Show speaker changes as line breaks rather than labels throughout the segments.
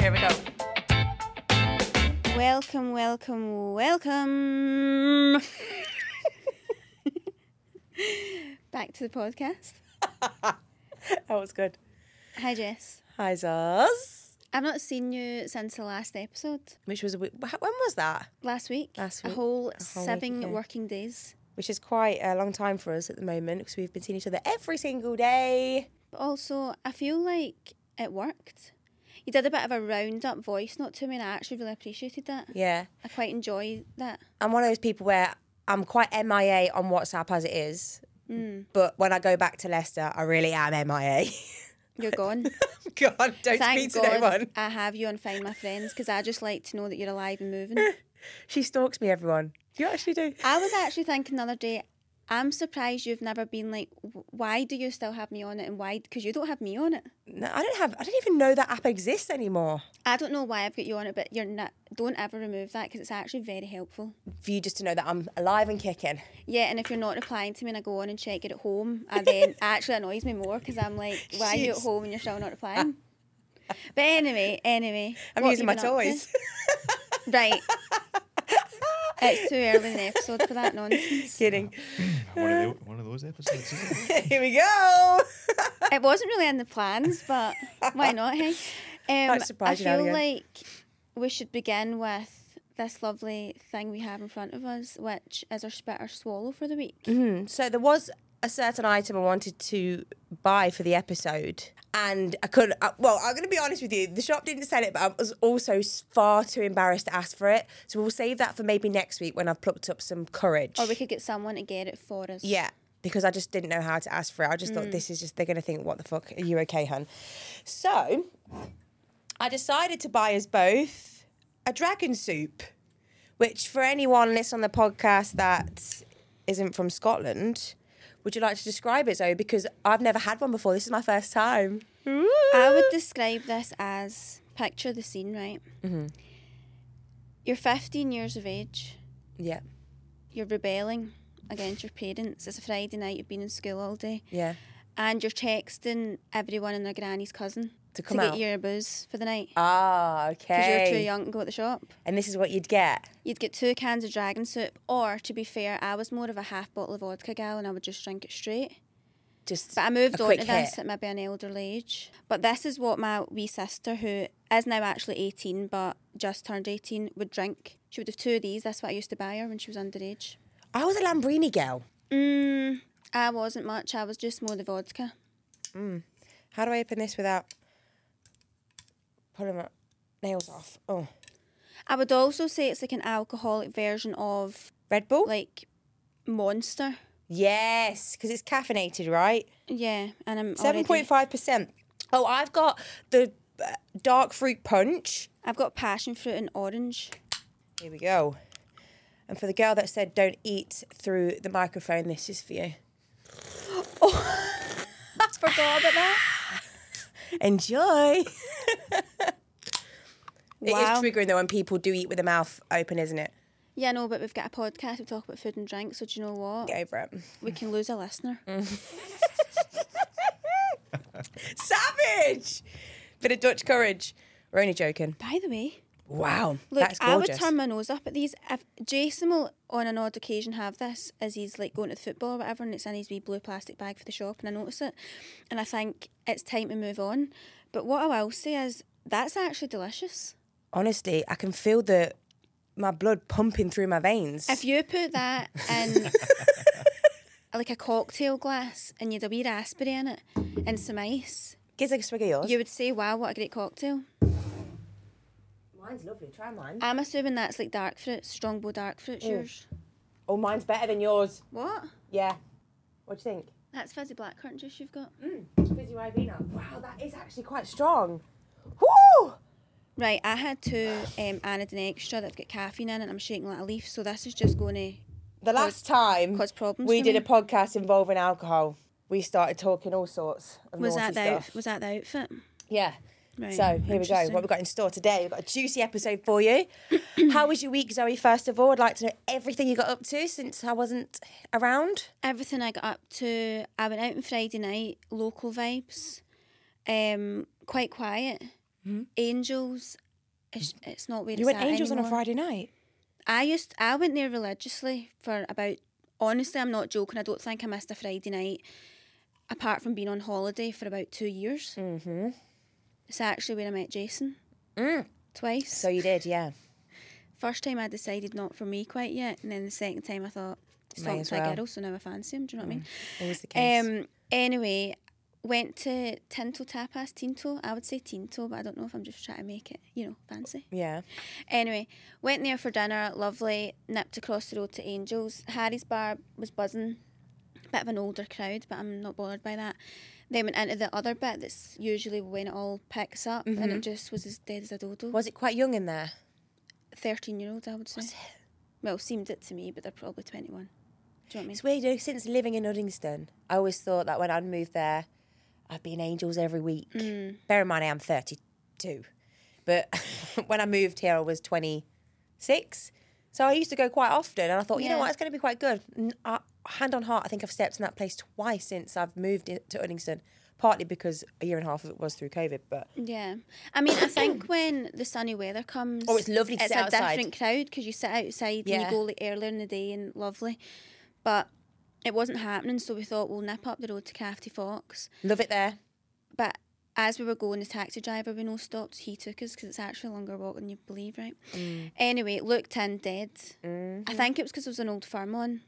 Here we go.
Welcome, welcome, welcome. Back to the podcast.
That was good.
Hi, Jess.
Hi, Zaz.
I've not seen you since the last episode.
Which was a wee- wh- when was that?
Last week.
Last
A
week,
whole
a whole week
seven
ago.
working days.
Which is quite a long time for us at the moment because we've been seeing each other every single day.
But also, I feel like it worked. You did a bit of a round up voice note to me, and I actually really appreciated that.
Yeah,
I quite enjoy that.
I'm one of those people where I'm quite MIA on WhatsApp as it is, but when I go back to Leicester, I really am MIA.
You're gone.
God, don't
Thank
speak to
God
anyone.
I have you on Find My Friends because I just like to know that you're alive and moving.
She stalks me, everyone. You actually do.
I was actually thinking the other day, I'm surprised you've never been like, "W- why do you still have me on it and why? Because you don't have me on it.
No, I don't have. I don't even know that app exists anymore.
I don't know why I've got you on it, but you're not. Don't ever remove that because it's actually very helpful.
For you just to know that I'm alive and kicking.
Yeah, and if you're not replying to me and I go on and check it at home, and then actually annoys me more because I'm like, why are you at
Jeez.
home and you're still not replying? but anyway, anyway,
I'm
what have
using
you
my
been up to?
toys.
Right. it's too early in the episode for that nonsense.
Kidding.
One of, the, one of those episodes. Isn't it?
Here we go.
It wasn't really in the plans, but why not? Hey, um, I
surprised you now
feel
again.
like we should begin with this lovely thing we have in front of us, which is our spit or swallow for the week.
So there was a certain item I wanted to buy for the episode, and I couldn't. I, well, I'm going to be honest with you. The shop didn't sell it, but I was also s- far too embarrassed to ask for it. So we'll save that for maybe next week when I've plucked up some courage.
Or we could get someone to get it for us.
Yeah, because I just didn't know how to ask for it. I just
Mm.
thought this is just they're gonna think, what the fuck? Are you okay, hun? So I decided to buy us both a dragon soup, which for anyone listening on the podcast that isn't from Scotland, would you like to describe it, Zoe? Because I've never had one before. This is my first time.
I would describe this as picture the scene, right?
Mm-hmm.
You're 15 years of age.
Yeah,
You're rebelling against your parents. It's a Friday night. You've been in school all day,
yeah.
and you're texting everyone and their granny's cousin
To come
get
out.
your booze for the night
Ah,
because
okay.
you're too young to go to the shop.
And this is what you'd get.
You'd get two cans of dragon soup, or to be fair, I was more of a half bottle of vodka gal, and I would just drink it straight.
Just
But I moved
a
on to
quick hit.
this at maybe an elderly age. But this is what my wee sister, who is now actually 18 but just turned 18, would drink. She would have two of these. That's what I used to buy her when she was underage.
I was a Lambrini girl.
Mm, I wasn't much. I was just more the vodka.
How do I open this without pulling my nails off? Oh,
I would also say it's like an alcoholic version of
Red Bull.
like Monster.
yes, because it's caffeinated,
Oh,
right?
Yeah, and I'm
Seven point
already-
five percent. Oh, I've got the uh, dark fruit punch.
I've got passion fruit and orange.
Here we go. And for the girl that said don't eat through the microphone, this is for you.
I forgot about that.
Enjoy.
Wow.
It is triggering though when people do eat with their mouth open, isn't it?
Yeah, no, but we've got a podcast. We talk about food and drink. So do you know what?
Get over it.
We can lose a listener.
Mm. Savage. Bit of Dutch courage. We're only joking.
By the way,
Wow.
Look,
that's
I would
gorgeous.
turn my nose up at these. If Jason will, on an odd occasion, have this as he's like going to the football or whatever, and it's in his wee blue plastic bag for the shop, and I notice it, and I think it's time to move on. But what I will say is that's actually delicious.
Honestly, I can feel the my blood pumping through my veins.
If you put that in like a cocktail glass and you had a wee raspberry in it and some ice,
Give us a swig of yours.
you would say, "Wow, what a great cocktail."
Mm-hmm. Mine's lovely. Try mine.
I'm assuming that's like dark fruit, strongbow dark fruit. Yours,
Oh, mine's better than yours.
what?
Yeah. What do you think?
That's fizzy blackcurrant juice you've got.
Mm, Fizzy Ribena. Wow, that is actually quite strong. Woo!
Right, I had two um, Anodine Extra that've got caffeine in it and I'm shaking like a leaf, so this is just going to.
The last time
cause problems
Mm-hmm. we
for
did
me.
a podcast involving alcohol, we started talking all sorts of
Was
naughty
that, the
stuff.
out, was that the outfit?
Yeah.
Right,
So here we go. What
interesting.
we've got in store today. We've got a juicy episode for you. how was your week, Zoe? First of all, I'd like to know everything you got up to since I wasn't around.
Everything I got up to, I went out on Friday night, local vibes, um, quite quiet. Angels, it's, it's not where
Mm-hmm. you
it's
went
at
Angels on a
anymore.
Friday night.
I used I went there religiously for about honestly I'm not joking I don't think I missed a Friday night apart from being on holiday for about two years. Mm-hmm. It's actually where I met Jason twice.
Mm. So you did, yeah.
First time I decided not for me quite yet, and then the second time I thought he's
May
talking
as
to a
well. Mm.
girl, so now I fancy him. Do you know what
Always the
I
case.
mean? Um. Anyway, went to Tinto Tapas Tinto. I would say Tinto, but I don't know if I'm just trying to make it, you know, fancy.
yeah.
Anyway, went there for dinner, lovely, nipped across the road to Angels. Harry's bar was buzzing, bit of an older crowd, but I'm not bothered by that. Then went into the other bit that's usually when it all picks up, and it just was as dead as a dodo.
Was it quite young in there?
13 year olds, I would say. Well, seemed it to me, but they're probably 21. Do you know what I mean?
It's weird, you know, since living in Uddingston, I always thought that when I'd moved there, I'd be in Angels every week. Bear in mind, I am 32. But when I moved here, I was 26. So I used to go quite often, and I thought, you know
Yeah.
what, it's going to be quite good. N- I, hand on heart, I think I've stepped in that place twice since I've moved i- to Uddingston, partly because a year and a half of it was through COVID. But
Yeah. I mean, I think when the sunny weather comes.
Oh, it's lovely to
It's
sit
a
outside.
different crowd because you sit outside and
Yeah.
you go like earlier in the day and lovely. But it wasn't happening, so we thought we'll nip up the road to Crafty Fox.
love it there.
But as we were going, the taxi driver we know stopped. He took us because it's actually a longer walk than you believe, right? Anyway, looked in dead. I think it was because it was an old farm one.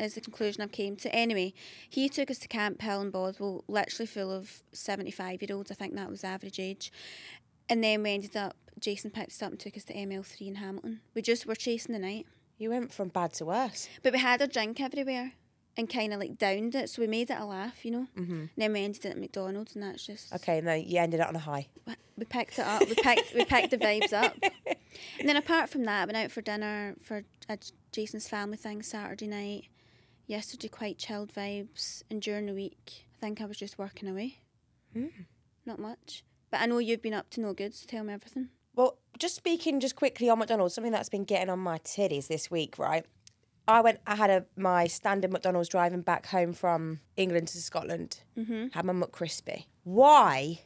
Is the conclusion I came to. Anyway, he took us to Camp Hill and Boswell, literally full of seventy-five year olds. I think that was the average age. And then we ended up. Jason picked us up and took us to ML3 in Hamilton. We just were chasing the night,
You went from bad to worse.
but we had a drink everywhere and kind of like downed it, so we made it a laugh, you know. Mm-hmm. Then we ended it at McDonald's, and that's just
Okay, and then you ended up on a high.
we picked it up. We picked we picked the vibes up. And then apart from that, I went out for dinner for a J- Jason's family thing Saturday night. Yesterday, quite chilled vibes. And during the week, I think I was just working away. Not much. But I know you've been up to no good, so tell me everything.
Well, just speaking just quickly on McDonald's, something that's been getting on my titties this week, right? I went, I had a, my standard McDonald's driving back home from England to Scotland. Mm-hmm. Had my McCrispy. Why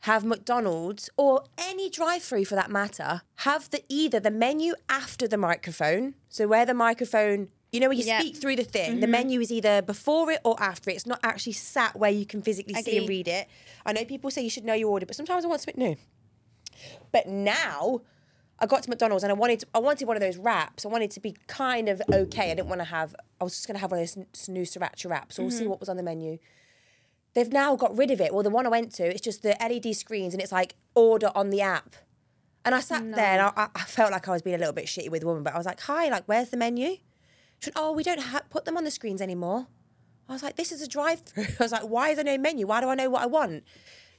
have McDonald's or any drive-through for that matter have the either the menu after the microphone? So where the microphone, you know, when you
Yeah.
speak through the thing, the menu is either before it or after it. It's not actually sat where you can physically see and
Agree.
read it. I know people say you should know your order, but sometimes I want something new. But now I got to McDonald's and I wanted I wanted one of those wraps. I wanted to be kind of okay. I didn't want to have. I was just going to have one of those s- new sriracha wraps. So we'll see what was on the menu. They've now got rid of it. Well, the one I went to, it's just the LED screens and it's like order on the app. And I sat there and I- I, I felt like I was being a little bit shitty with the woman, but I was like, "Hi, like, where's the menu?" She went, "Oh, we don't ha- put them on the screens anymore." I was like, "This is a drive-through." I was like, "Why is there no menu? Why do I know what I want?"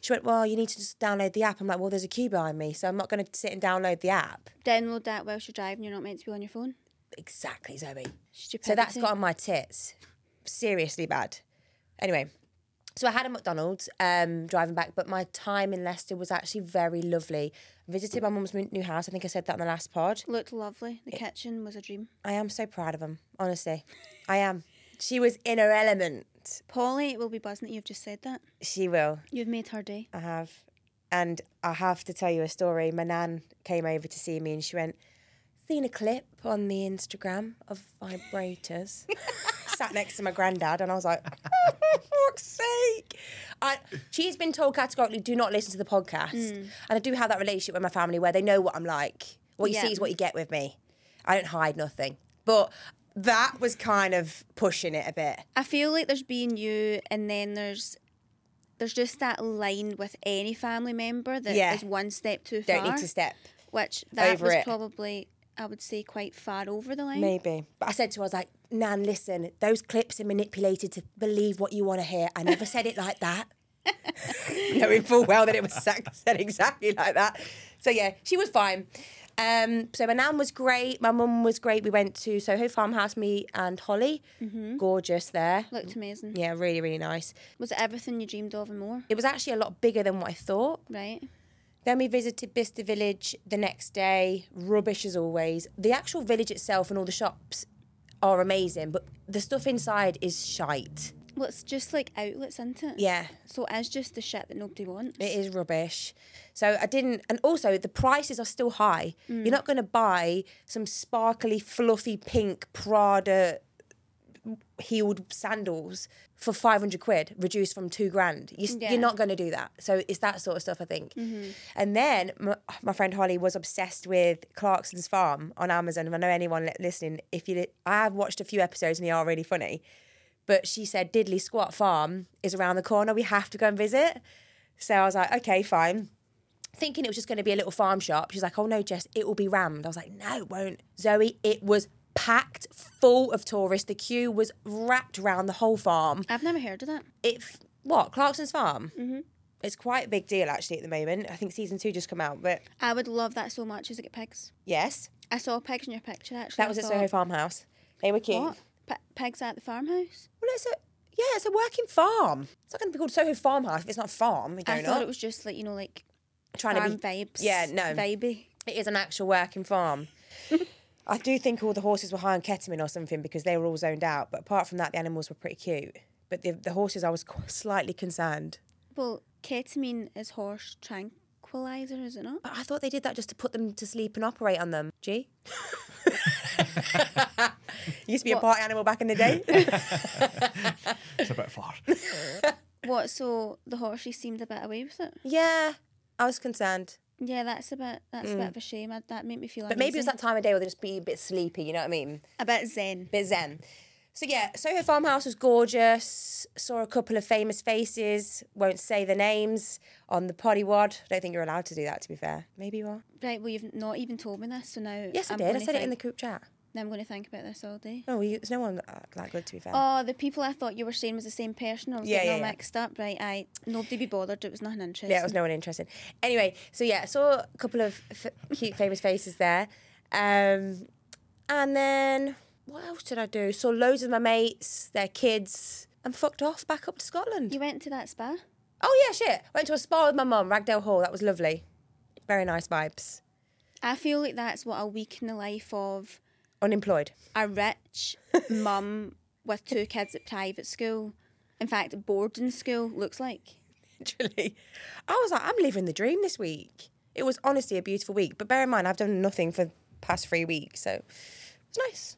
She went, "Well, you need to just download the app." I'm like, "Well, there's a queue behind me, so I'm not going to sit and download the app."
Download that whilst you're driving. You're not meant to be on your phone.
Exactly, Zoe.
Stupidity.
So that's got on my tits. Seriously bad. Anyway, so I had a McDonald's um, driving back, but my time in Leicester was actually very lovely. Visited my mum's new house. I think I said that on the last pod.
Looked lovely. The kitchen was a dream.
I am so proud of him, honestly. I am. She was in her element.
Polly will be buzzing that you've just said that.
She will.
You've made her day.
I have. And I have to tell you a story. My nan came over to see me and she went, seen a clip on the Instagram of vibrators. Sat next to my granddad and I was like, oh, for fuck's sake. I, she's been told categorically, do not listen to the podcast. And I do have that relationship with my family where they know what I'm like. What you
Yeah.
see is what you get with me. I don't hide nothing. But that was kind of pushing it a bit.
I feel like there's being you, and then there's there's just that line with any family member that is
Yeah.
one step too far.
Don't need to step.
Which that
over
was
it.
probably I would say quite far over the line.
Maybe. But I said to her, I was like, Nan, listen, those clips are manipulated to believe what you want to hear. I never said it like that. Knowing full well that it was sac- said exactly like that. So yeah, she was fine. Um, so my nan was great. My mum was great. We went to Soho Farmhouse, me and Holly. Gorgeous there.
Looked amazing.
Yeah, really, really nice.
Was it everything you dreamed of and more?
It was actually a lot bigger than what I thought.
Right.
Then we visited Bicester Village the next day. Rubbish as always. The actual village itself and all the shops are amazing, but the stuff inside is shite.
Well, it's just like outlets, isn't it?
Yeah.
So it's just the shit that nobody wants.
It is rubbish. So I didn't, and also the prices are still high. You're not going to buy some sparkly, fluffy pink Prada heeled sandals for 500 quid, reduced from two grand. You, s
Yeah.
You're not going to do that. So it's that sort of stuff, I think. And then my, my friend Holly was obsessed with Clarkson's Farm on Amazon. If I know anyone li- listening, if you, li- I have watched a few episodes and they are really funny. But she said Diddley Squat Farm is around the corner. We have to go and visit. So I was like, okay, fine. Thinking it was just going to be a little farm shop. She's like, oh no, Jess, it will be rammed. I was like, no, it won't. Zoe, it was packed full of tourists. The queue was wrapped around the whole farm.
I've never heard of that.
It, f- what, Clarkson's Farm? Mm-hmm. It's quite a big deal actually at the moment. I think season two just come out, but
I would love that so much as I get pigs.
yes,
I saw pigs in your picture actually.
that was
I
at Soho
thought,
Farmhouse. They were cute.
What? P- pigs at the farmhouse?
Well, it's a, yeah, it's a working farm. It's not going to be called Soho Farmhouse if it's not a farm. You
I
don't
thought
know.
it was just like you know like
Trying
farm
to be
vibes.
Yeah, no.
Vibey.
It is an actual working farm. I do think all the horses were high on ketamine or something because they were all zoned out. But apart from that, the animals were pretty cute. But the, the horses, I was qu- slightly concerned.
Well, ketamine is horse tranquilizer, is it not?
But I thought they did that just to put them to sleep and operate on them. Gee. Used to be a
What?
party animal back in the day.
It's a bit far.
What? So the horses seemed a bit away with it.
yeah, I was concerned.
Yeah, that's a bit. That's a bit of a shame. I, that made me feel.
Mm. But maybe it was
uneasy.
that time of day where they'd just be a bit sleepy, you know what I mean?
a bit zen.
bit zen. So yeah, Soho Farmhouse was gorgeous. Saw a couple of famous faces. Won't say the names on the potty wad. Don't think you're allowed to do that. To be fair, maybe you are.
Right. Well, you've not even told me this, so now.
Yes, i
I'm
did. I
gonna
said it in the
think-
group chat.
Now I'm going to think about this all day.
No, we, there's no one that, uh, that good. To be fair,
Oh, the people I thought you were saying was the same person. I was
Yeah,
getting
yeah,
all
yeah.
mixed up. Right. I nobody be bothered. It was nothing interesting.
yeah, it was no one interested. Anyway, so yeah, saw a couple of f- cute famous faces there, um, and then what else did I do? Saw loads of my mates, their kids, and fucked off back up to Scotland.
You went to that spa.
Oh yeah, shit. Went to a spa with my mum, Ragdale Hall. That was lovely. Very nice vibes.
I feel like that's what a week in the life of
Unemployed.
a rich mum with two kids at private school, in fact, boarding school, looks like.
Literally. I was like, I'm living the dream this week. It was honestly a beautiful week. But bear in mind, I've done nothing for the past three weeks, so it's nice.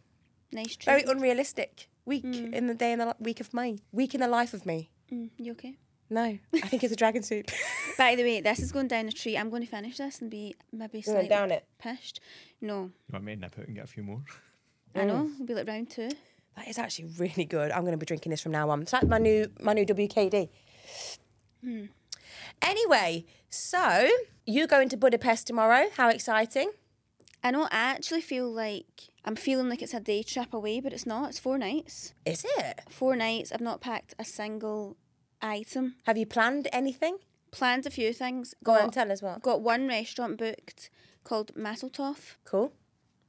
Nice tree.
Very unrealistic week in the day in the li- week of May. Week in the life of me.
Mm, you okay?
No, I think it's a dragon soup.
By the way, this is going down a tree. I'm going to finish this and be maybe
gonna
slightly
down it?
pissed. No,
You want me to nip out and get a few more?
I
Mm.
know. We'll be like round two.
that is actually really good. I'm going to be drinking this from now on. It's like my new my new WKD. Hmm. Anyway, so you going to Budapest tomorrow? How exciting!
I know. I actually feel like I'm feeling like it's a day trip away, but it's not. It's four nights.
Is it?
Four nights. I've not packed a single item.
Have you planned anything?
Planned a few things.
Go on, tell us what.
Got one restaurant booked called Masseltoff.
Cool.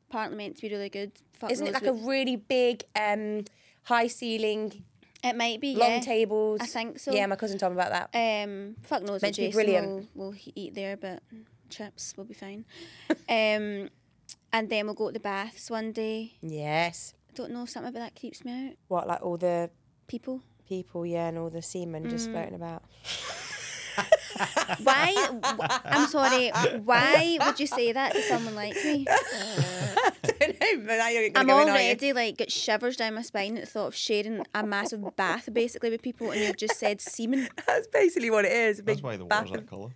Apparently meant to be really good. Fuck
Isn't it
knows
like a
what-
really big, um, high ceiling
It might be
Long
yeah.
tables.
I think so.
Yeah, my cousin told me about that.
Um, fuck knows what
Meant to be
Jason
brilliant.
will, will he- eat there, but chips will be fine. um, and then we'll go to the baths one day.
yes.
I don't know something about that creeps me out.
What, like all the
People,
people, yeah, and all the seamen just floating about?
why? wh- I'm sorry. Why would you say that to someone like me?
I don't know, but now you're gonna
I'm
go in, aren't you?
already like got shivers down my spine at the thought of sharing a massive bath basically with people, and you've just said semen.
That's basically what it is. a
That's
big
why the water's
bath
that
of
colour.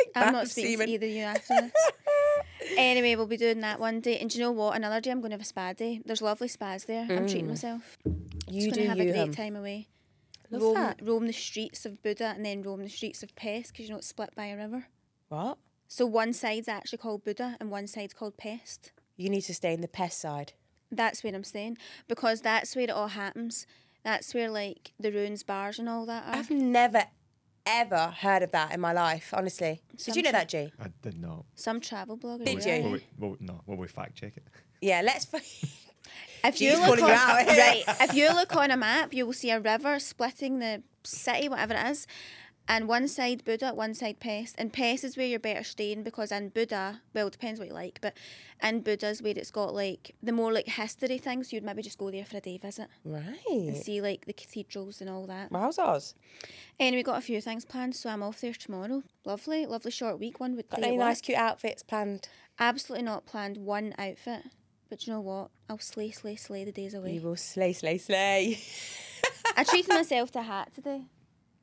I'm
bath
not
of
speaking
semen.
to either of you after this. anyway, we'll be doing that one day. And do you know what? Another day I'm going to have a spa day. There's lovely spas there. I'm treating myself.
Mm. You
Just
do
going to have
you,
a great
hun.
time away.
Love
roam,
that.
roam the streets of Buddha and then roam the streets of Pest because you know it's split by a river.
What?
So one side's actually called Buddha and one side's called Pest.
You need to stay in the pest side.
That's where I'm staying because that's where it all happens. That's where like the ruins bars and all that are.
I've never, ever heard of that in my life, honestly. Did you know that, G?
I did not.
Some travel bloggers.
Did
right?
you?
Will we, will we- no, will we fact check it?
Yeah, let's. f-
If you
She's
look
calling
on,
you out.
right, if you look on a map, you will see a river splitting the city, whatever it is, and one side Buddha, one side Pest, and Pest is where you're better staying because in Buddha, well, it depends what you like, but in Buddha's where it's got like the more like history things, you'd maybe just go there for a day visit and
right.
see like the cathedrals and all that.
Wowzers. Oz.
Anyway, got a few things planned, so I'm off there tomorrow. Lovely, lovely short week. One would
Got
day at
any
work.
nice, cute outfits planned?
Absolutely not planned one outfit, but you know what? I'll slay, slay, slay the days away.
You will slay, slay, slay.
I treated myself to a hat today.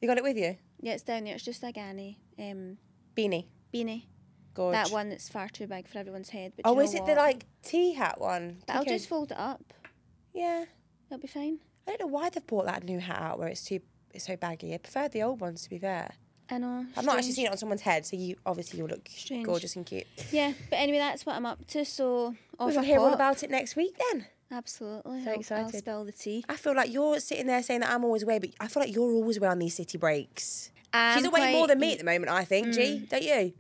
You got it with you?
Yeah, it's down there. It's just a Ghani um,
Beanie.
beanie.
Gorge.
That one that's far too big for everyone's head. But do
Oh,
you know
is it
what?
the like tea hat one?
But I'll
Okay.
just fold it up.
Yeah.
It'll be fine.
I don't know why they've bought that new hat out where it's too it's so baggy. I prefer the old ones to be fair.
I know.
I've not actually seen it on someone's head, so you obviously you'll look
Strange.
gorgeous and cute.
Yeah, but anyway, that's what I'm up to. So off
we'll
I
hear all
pop.
about it next week then.
Absolutely.
So
I'll, I'll
excited.
spill the tea.
I feel like you're sitting there saying that I'm always away, but I feel like you're always away on these city breaks.
I'm
She's away more
quite- Mm.
than me at the moment, I think. G, don't you?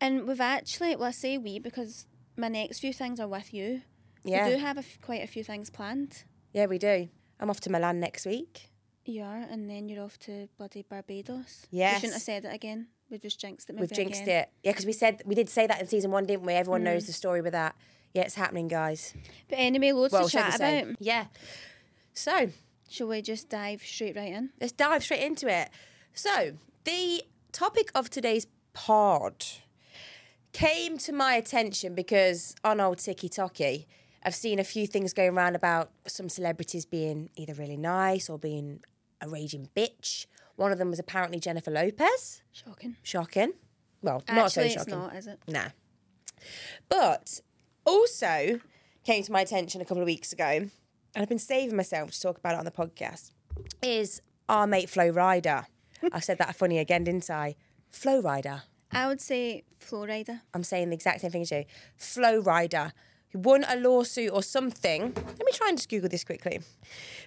And we've actually, well, I say we because my next few things are with you.
Yeah,
We do have a f- quite a few things planned.
yeah, we do. I'm off to Milan next week.
You are, and then you're off to bloody Barbados. We
Yes.
shouldn't have said it again. We've just jinxed it.
We've
maybe
jinxed
again. Mm.
it. Yeah, because we said we did say that in season one, didn't we? Everyone knows the story with that. Yeah, it's happening, guys.
But anyway, loads
Well,
to
should we
chat
say?
about.
Yeah. So
Shall we just dive straight right in?
let's dive straight into it. So, the topic of today's pod came to my attention because on old Tiki Toki, I've seen a few things going around about some celebrities being either really nice or being a raging bitch. One of them was apparently Jennifer Lopez.
Shocking.
Shocking. Well, not so
Actually,
shocking. Mm.
it's not, is it?
Nah. But also came to my attention a couple of weeks ago, and I've been saving myself to talk about it on the podcast, is our mate Flo Rider. I said that funny again, didn't I? Flo Rider.
I would say Florida.
I'm saying the exact same thing as you. Flow Rider, who won a lawsuit or something. Let me try and just Google this quickly.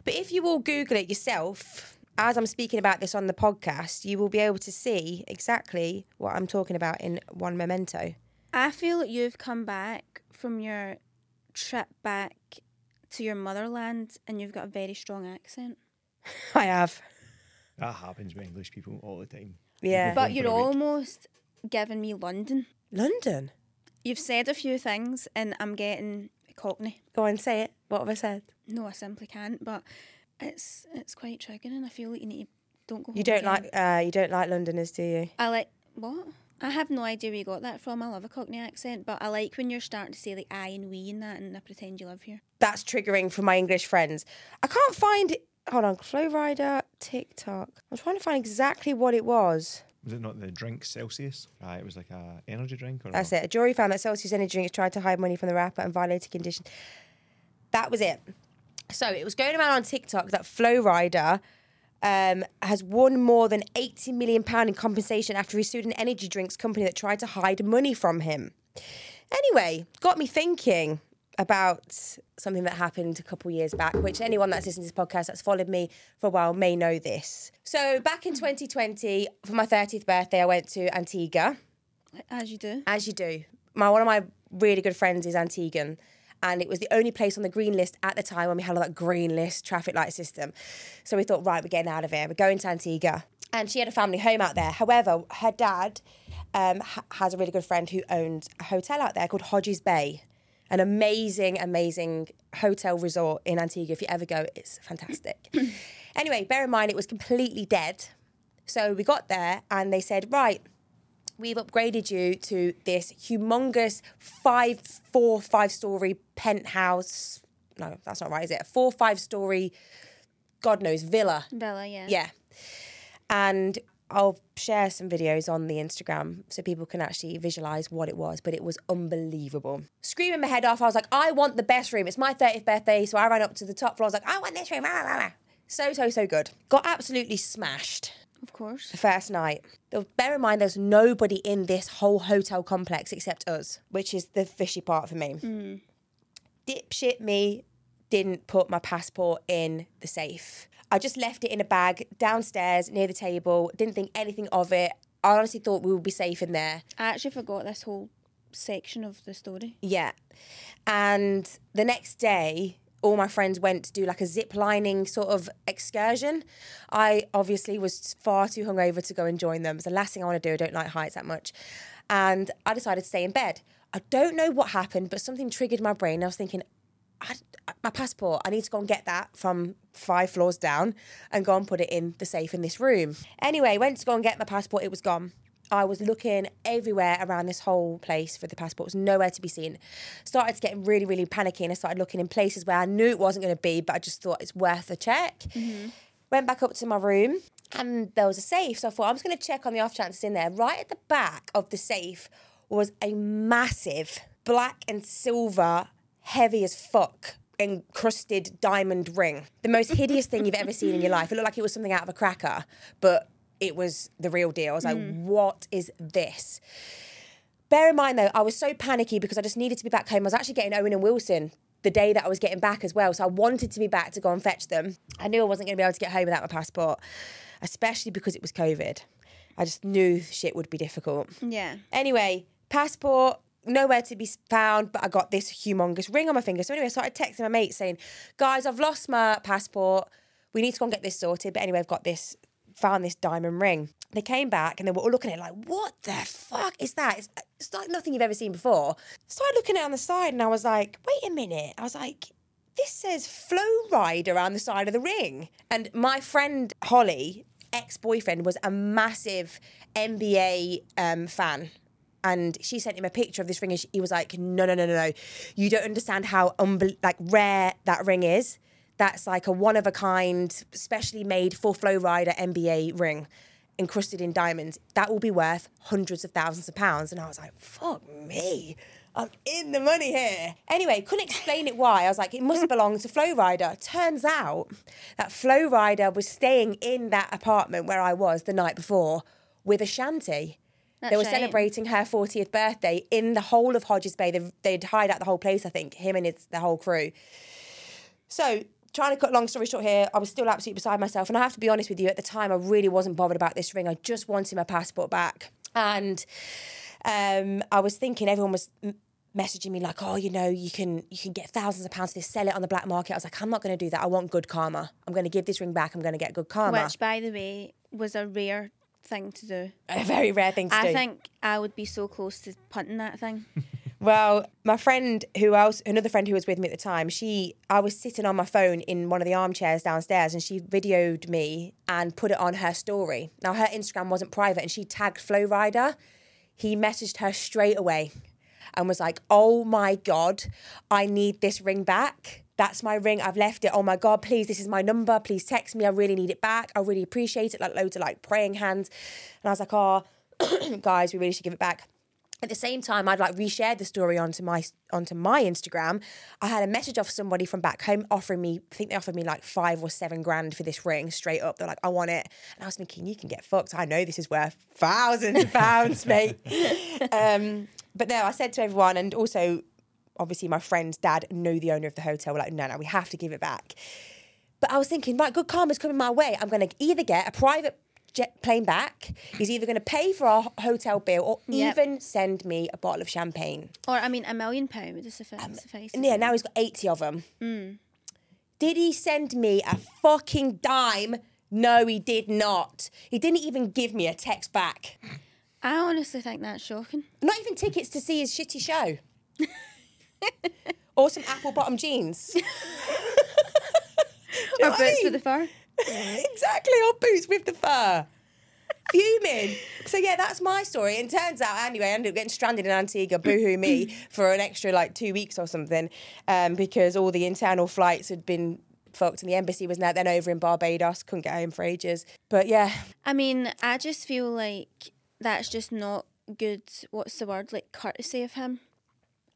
But if you all Google it yourself, as I'm speaking about this on the podcast, you will be able to see exactly what I'm talking about in one memento.
I feel that you've come back from your trip back to your motherland and you've got a very strong accent.
I have.
That happens with English people all the time.
Yeah.
But
for
you're
the week.
almost giving me London.
London.
You've said a few things and I'm getting Cockney.
Go on, say it. What have I said?
No, I simply can't, but it's it's quite triggering. I feel like you need to don't go
You
home
don't
again.
like uh, you don't like Londoners, do you?
I like what? I have no idea where you got that from. I love a Cockney accent, but I like when you're starting to say like I and we and that, and I pretend you live here.
That's triggering for my English friends. I can't find Hold on, Flow Rider, TikTok. I'm trying to find exactly what it was.
Was it not the drink Celsius? Uh, it was like a energy drink or
That's it. A jury found that Celsius Energy Drinks tried to hide money from the rapper and violated conditions. That was it. So it was going around on TikTok that Flow Rider um, has won more than eighty million pound in compensation after he sued an energy drinks company that tried to hide money from him. Anyway, got me thinking about something that happened a couple years back, which anyone that's listened to this podcast that's followed me for a while may know this. So back in 2020, for my 30th birthday, I went to Antigua
As you do.
as you do. My one of my really good friends is Antiguan, And it was the only place on the green list at the time when we had all that green list traffic light system. So we thought, right, we're getting out of here. We're going to Antigua. And she had a family home out there. However, her dad um, ha- has a really good friend who owns a hotel out there called Hodges Bay an amazing, amazing hotel resort in Antigua. If you ever go, it's fantastic. anyway, bear in mind it was completely dead. So we got there and they said, right, we've upgraded you to this humongous five, four, five story penthouse. No, that's not right, is it? Four, five story, God knows, villa.
Bella, yeah.
Yeah. And I'll share some videos on the Instagram so people can actually visualize what it was, but it was unbelievable. Screaming my head off, I was like, I want the best room. It's my 30th birthday, so I ran up to the top floor. I was like, I want this room. ah, ah, ah." So, so, so good. Got absolutely smashed
Of course.
the first night. Though, Bear in mind, there's nobody in this whole hotel complex except us, which is the fishy part for me. Dipshit me didn't put my passport in the safe. I just left it in a bag downstairs near the table, didn't think anything of it. I honestly thought we would be safe in there.
I actually forgot this whole section of the story.
Yeah. And the next day, all my friends went to do like a zip lining sort of excursion. I obviously was far too hungover to go and join them. It's the last thing I want to do. I don't like heights that much. And I decided to stay in bed. I don't know what happened, but something triggered my brain. I was thinking, I, my passport, I need to go and get that from five floors down and go and put it in the safe in this room. Anyway, went to go and get my passport, it was gone. I was looking everywhere around this whole place for the passport. It was nowhere to be seen. Started to get really, really panicky and I started looking in places where I knew it wasn't going to be, but I just thought it's worth a check. Went back up to my room and there was a safe. So I thought, I'm just going to check on the off chance it's in there. Right at the back of the safe was a massive black and silver, heavy as fuck, encrusted diamond ring. The most hideous thing you've ever seen in your life. It looked like it was something out of a cracker, but it was the real deal. I was like, what is this? Bear in mind though, I was so panicky because I just needed to be back home. I was actually getting Owen and Wilson the day that I was getting back as well. So I wanted to be back to go and fetch them. I knew I wasn't going to be able to get home without my passport, especially because it was COVID. I just knew shit would be difficult.
Yeah.
Anyway, passport, nowhere to be found, but I got this humongous ring on my finger. So anyway, I started texting my mate saying, guys, I've lost my passport. We need to go and get this sorted. But anyway, I've got this, found this diamond ring. They came back and they were all looking at it like, what the fuck is that? It's, it's like nothing you've ever seen before. Started looking at it on the side and I was like, wait a minute. I was like, this says flow ride around the side of the ring. And my friend Holly, ex boyfriend, was a massive NBA um, fan. And she sent him a picture of this ring, and she- he was like, "No, no, no, no, no! You don't understand how unbel- like rare that ring is. That's like a one of a kind, specially made for Flow Rider NBA ring, encrusted in diamonds. That will be worth hundreds of thousands of pounds." And I was like, "Fuck me!" I'm in the money here. Anyway, couldn't explain it why. I was like, it must belong to Flow Rider. Turns out that Flow Rider was staying in that apartment where I was the night before with Ashanti. they were
right.
celebrating her 40th birthday in the whole of Hodges Bay. They, they'd hired out the whole place, I think, him and his, the whole crew. So, trying to cut long story short here, I was still absolutely beside myself. And I have to be honest with you, at the time, I really wasn't bothered about this ring. I just wanted my passport back. And um, I was thinking everyone was m- messaging me like, "Oh, you know, you can you can get thousands of pounds for this, sell it on the black market." I was like, "I'm not going to do that. I want good karma. I'm going to give this ring back. I'm going to get good karma."
Which, by the way, was a rare thing to do.
a very rare thing to do.
I think I would be so close to punting that thing.
Well, my friend who else another friend who was with me at the time, she I was sitting on my phone in one of the armchairs downstairs and she videoed me and put it on her story. Now her Instagram wasn't private and she tagged Flow Rider. He messaged her straight away and was like, "Oh my god, I need this ring back. That's my ring. I've left it. Oh my god, please, this is my number. Please text me. I really need it back. I really appreciate it." Like loads of like praying hands. And I was like, "Oh, guys, we really should give it back." At the same time, I'd like reshared the story onto my onto my Instagram. I had a message off somebody from back home offering me, I think they offered me like five or seven grand for this ring straight up. They're like, I want it. And I was thinking, you can get fucked. I know this is worth thousands of pounds, mate. Um, but no, I said to everyone and also obviously my friend's dad knew the owner of the hotel. We're like, no, no, we have to give it back. But I was thinking, right, good karma's coming my way. I'm going to either get a private jet plane back, he's either going to pay for our hotel bill or
Yep.
even send me a bottle of champagne.
Or, I mean, a million pound would have suffi- sufficed.
And yeah, now he's got 80 of them. Did he send me a fucking dime? No, he did not. He didn't even give me a text back.
I honestly think that's shocking.
Not even tickets to see his shitty show. or some apple bottom jeans.
Or
what I
boots with
mean?
the fur.
exactly, or boots with the fur. Fuming. So yeah, that's my story. And turns out anyway, I ended up getting stranded in Antigua, boohoo me, for an extra like two weeks or something, um, because all the internal flights had been fucked and the embassy was now then over in Barbados, couldn't get home for ages. But yeah,
I mean, I just feel like that's just not good. What's the word? Like courtesy of him.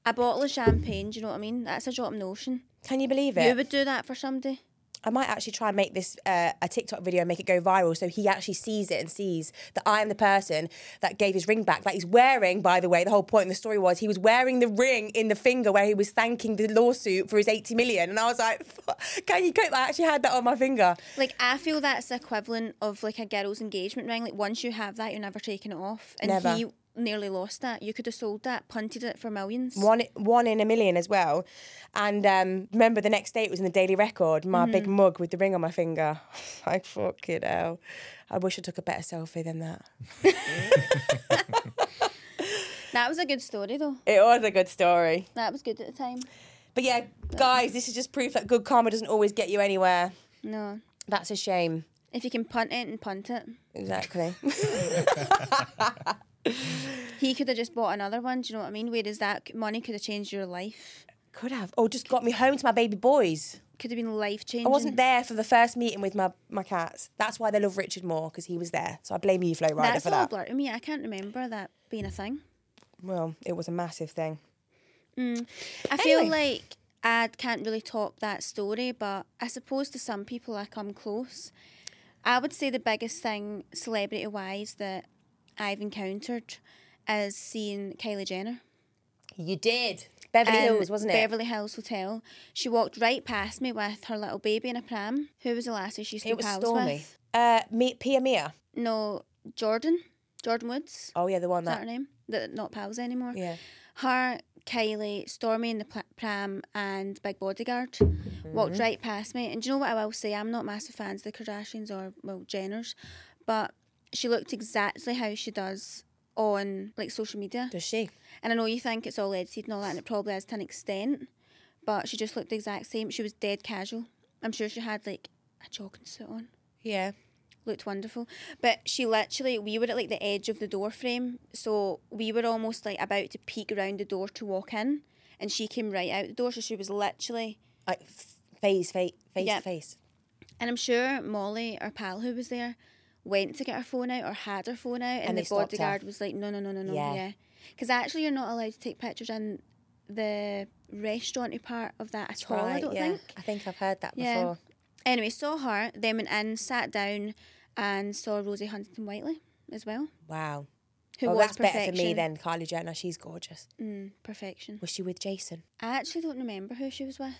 A bottle of champagne. Do you know what I mean? That's a drop in the ocean.
can you believe
You
it?
would do that for somebody.
I might actually try and make this uh, a TikTok video and make it go viral so he actually sees it and sees that I am the person that gave his ring back that he's wearing, by the way. The whole point in the story was he was wearing the ring in the finger where he was thanking the lawsuit for his 80 million. And I was like, can you cope? I actually had that on my finger.
Like I feel that's the equivalent of like a girl's engagement ring. Like once you have that, you're never taking it off. And
Never.
he nearly lost that. You could have sold that, punted it for millions.
One, one in a million as well. And um, remember the next day it was in the Daily Record, my big mug with the ring on my finger. like, fucking hell. I wish I took a better selfie than that.
That was a good story though.
It was a good story.
That was good at the time.
But yeah, guys, this is just proof that good karma doesn't always get you anywhere.
No,
That's a shame.
if you can punt it and punt it,
Exactly.
he could have just bought another one. Do you know what I mean? Whereas that c- money could have changed your life.
Could have. Oh, just got me home to my baby boys.
Could have been life changing.
I wasn't there for the first meeting with my, my cats. That's why they love Richard more, because he was there. So I blame you, Flo Rider,
That's
for
all a
that.
blur to me. I can't remember that being a thing.
well, it was a massive thing.
I feel
Anyway.
like I can't really top that story, but I suppose to some people I come close. I would say the biggest thing, celebrity wise, that I've encountered is seeing Kylie Jenner.
You did. Beverly
in
Hills, wasn't it?
Um, Beverly Hills Hotel. She walked right past me with her little baby in a pram. Who was the lassie she used to
it
be
was
pals
Stormy.
with?
Uh, me, Pia Mia.
No, Jordan. Jordan Woods.
Oh, yeah, the one
Is that
that.
her name? That not pals anymore.
Yeah.
Her, Kylie, Stormy in the pla- pram, and Big Bodyguard walked right past me. And do you know what I will say? I'm not massive fans of the Kardashians or well Jenners, but she looked exactly how she does on like social media.
Does she?
And I know you think it's all edited and all that, and it probably is to an extent, but she just looked the exact same. She was dead casual. I'm sure she had like a jogging suit on
Yeah.
looked wonderful. But she literally, we were at like the edge of the door frame, so we were almost like about to peek around the door to walk in, and she came right out the door. So she was literally,
Like, f- face, face, face,
Yeah.
to face.
and I'm sure Molly or Pal who was there went to get her phone out or had her phone out, and,
And they
the
stopped her.
bodyguard was like, no, no, no, no, no,
Yeah.
yeah, because actually you're not allowed to take pictures in the restauranty part of that at all. I don't
yeah.
think.
I think I've heard that
Yeah.
before.
Anyway, saw her, then went in, sat down, and saw Rosie Huntington Whiteley as well.
Wow.
Who
well,
was
Oh, that's better for me
perfection.
than Kylie Jenner. She's gorgeous.
Mm, perfection.
Was she with Jason?
I actually don't remember who she was with.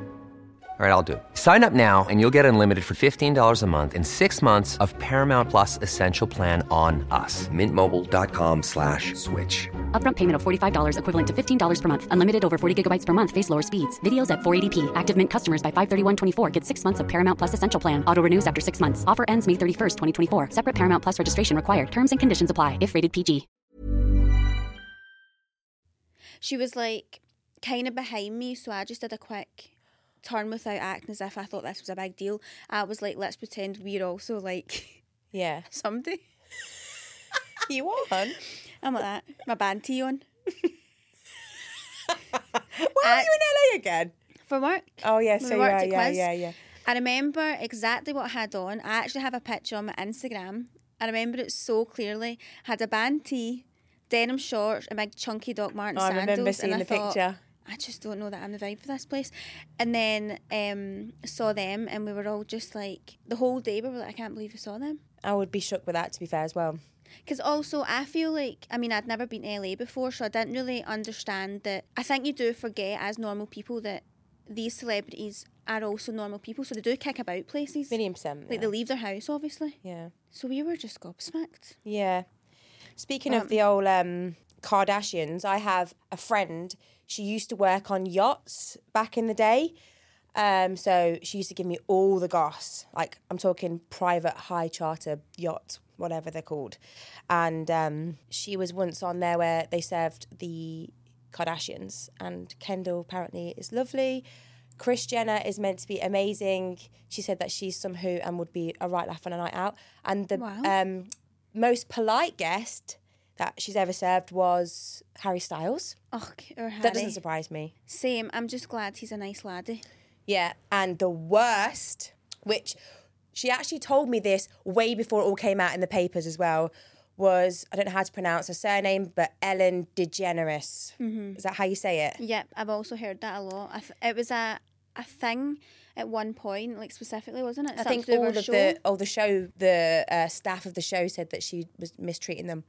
All right, I'll do it. Sign up now and you'll get unlimited for $15 a month in six months of Paramount Plus Essential Plan on us. Mintmobile.com slash switch.
Upfront payment of $45 equivalent to $15 per month. Unlimited over 40 gigabytes per month. Face lower speeds. Videos at 480p. Active Mint customers by 531.24 get six months of Paramount Plus Essential Plan. Auto renews after six months. Offer ends May 31st, 2024. Separate Paramount Plus registration required. Terms and conditions apply if rated PG.
She was like kind of behind me, so I just did a quick turn without acting as if I thought this was a big deal. I was like, let's pretend we're also like
Yeah.
somebody.
You are, hun.
I'm like that. My band tee on.
Why are you in LA again?
for work.
Oh, yeah,
We
so
worked
yeah,
at
yeah,
Quiz.
yeah, yeah.
I remember exactly what I had on. I actually have a picture on my Instagram. I remember it so clearly. I had a band tee, denim shorts, and big chunky Doc Martens
Oh, I
sandals.
remember seeing
and
the
I thought,
picture.
I just don't know that I'm the vibe for this place. And then um, saw them, and we were all just like the whole day. We were like, I can't believe we saw them.
I would be shook with that, to be fair, as well.
Because also, I feel like, I mean, I'd never been to LA before, so I didn't really understand that. I think you do forget, as normal people, that these celebrities are also normal people, so they do kick about places.
Million percent.
Like,
yeah.
they leave their house, obviously.
yeah.
So we were just gobsmacked.
Yeah. Speaking of the old um, Kardashians, I have a friend. She used to work on yachts back in the day. Um, so she used to give me all the goss. Like I'm talking private high charter yacht, whatever they're called. And um, she was once on there where they served the Kardashians, and Kendall apparently is lovely. Chris Jenner is meant to be amazing. She said that she's some who and would be a right laugh on a night out. And the
Wow.
um, most polite guest that she's ever served was Harry Styles.
Ugh, or Harry.
That doesn't surprise me.
Same. I'm just glad he's a nice laddie.
Yeah, and the worst, which she actually told me this way before it all came out in the papers as well, was I don't know how to pronounce her surname, but Ellen DeGeneres. Is that how you say it?
Yep, I've also heard that a lot. I th- it was a, a thing at one point, like specifically, wasn't it?
I think all of the all the show, the uh, staff of the show said that she was mistreating them.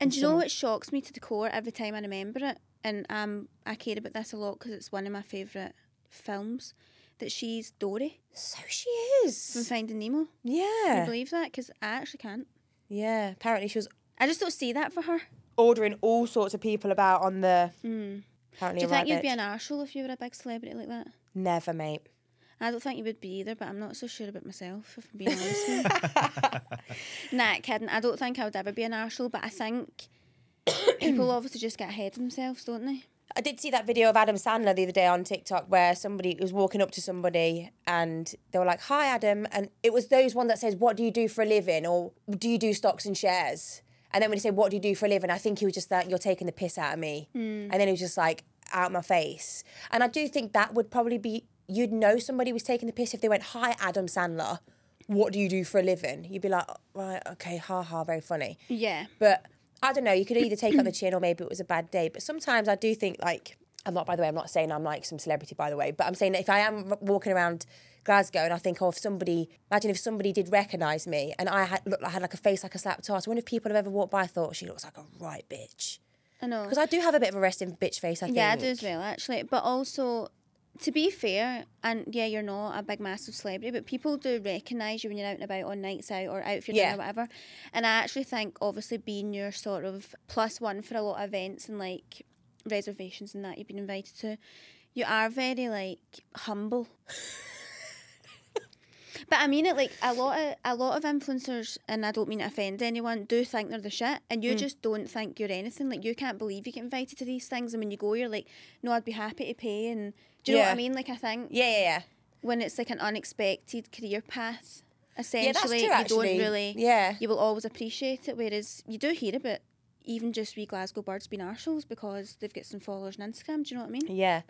And do you know what shocks me to the core every time I remember it? And um, I care about this a lot because it's one of my favourite films. That she's Dory
So she
from
is.
Finding Nemo. Can you
Mm. Yeah.
believe that? Because I actually can't.
Yeah. Apparently she was
I just don't see that for her. Hmm.
ordering all sorts of people about on the. Apparently,
Do you
a right
think you'd be an
bitch.
arsehole if you were a big celebrity like that?
Never, mate.
I don't think you would be either, but I'm not so sure about myself, if I'm being honest with you. Nah, kidding. I don't think I would ever be an arsehole, but I think people obviously just get ahead of themselves, don't they?
I did see that video of Adam Sandler the other day on TikTok where somebody was walking up to somebody and they were like, "Hi, Adam," and it was those one that says, "What do you do for a living?" or "Do you do stocks and shares?" And then when he said, "What do you do for a living?" I think he was just like, "You're taking the piss out of me," and then he was just like, "Out my face." And I do think that would probably be you'd know somebody was taking the piss if they went, "Hi, Adam Sandler." What do you do for a living? You'd be like, "Oh, right, okay, ha ha, very funny.
Yeah.
But I don't know. You could either take it on the chin or maybe it was a bad day. But sometimes I do think like I'm not. By the way, I'm not saying I'm like some celebrity. By the way, but I'm saying that if I am r- walking around Glasgow and I think, oh, if somebody, imagine if somebody did recognise me and I had looked, I had like a face like a slap tart. I wonder if people have ever walked by and thought she looks like a right bitch.
I know.
Because I do have a bit of a resting bitch face. Oh. I think.
Yeah, I do as well, actually. But also, to be fair, and yeah, you're not a big, massive celebrity, but people do recognise you when you're out and about on nights out or out for your
Yeah.
dinner or whatever. And I actually think, obviously, being your sort of plus one for a lot of events and like reservations and that you've been invited to, you are very like humble. But I mean it like a lot of a lot of influencers, and I don't mean to offend anyone, do think they're the shit, and
Mm.
you just don't think you're anything. Like you can't believe you get invited to these things, and when you go, you're like, no, I'd be happy to pay, and do you know what
Yeah.
I mean? Like I think
Yeah, yeah, yeah.
when it's like an unexpected career path, essentially,
that's true,
you
actually.
don't really,
Yeah.
you will always appreciate it. Whereas you do hear about even just we Glasgow birds being arseholes because they've got some followers on Instagram. Do you know what I mean?
Yeah,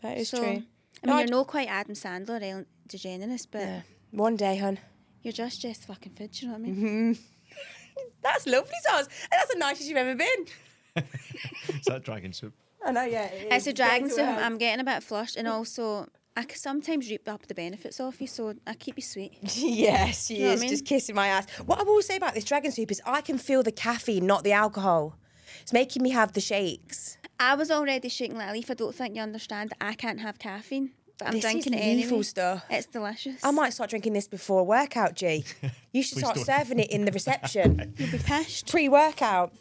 that is
so, I mean,
true. No, I
you're
d-
not quite Adam Sandler, or Ellen DeGeneres, but.
One day, hun.
You're just Jess fucking food, do you know
Mm-hmm.
what I mean?
That's lovely, Saz. That's the nicest you've ever been.
Is that dragon soup?
I know, yeah. it
It's
is.
a dragon, so
Going to
I'm, I'm getting a bit flushed,
Mm.
and also I c- sometimes reap up the benefits of you, so I keep you sweet.
Yes, she
know what I
is
mean?
just kissing my ass. What I will say about this dragon soup is I can feel the caffeine, not the alcohol. It's making me have the shakes.
I was already shaking like a leaf. I don't think you understand. I can't have caffeine, but I'm
This is
drinking it
lethal
anyway.
stuff.
It's delicious.
I might start drinking this before a workout, G. You should
Please
start
don't.
serving it in the reception.
You'll be pissed.
Pre workout.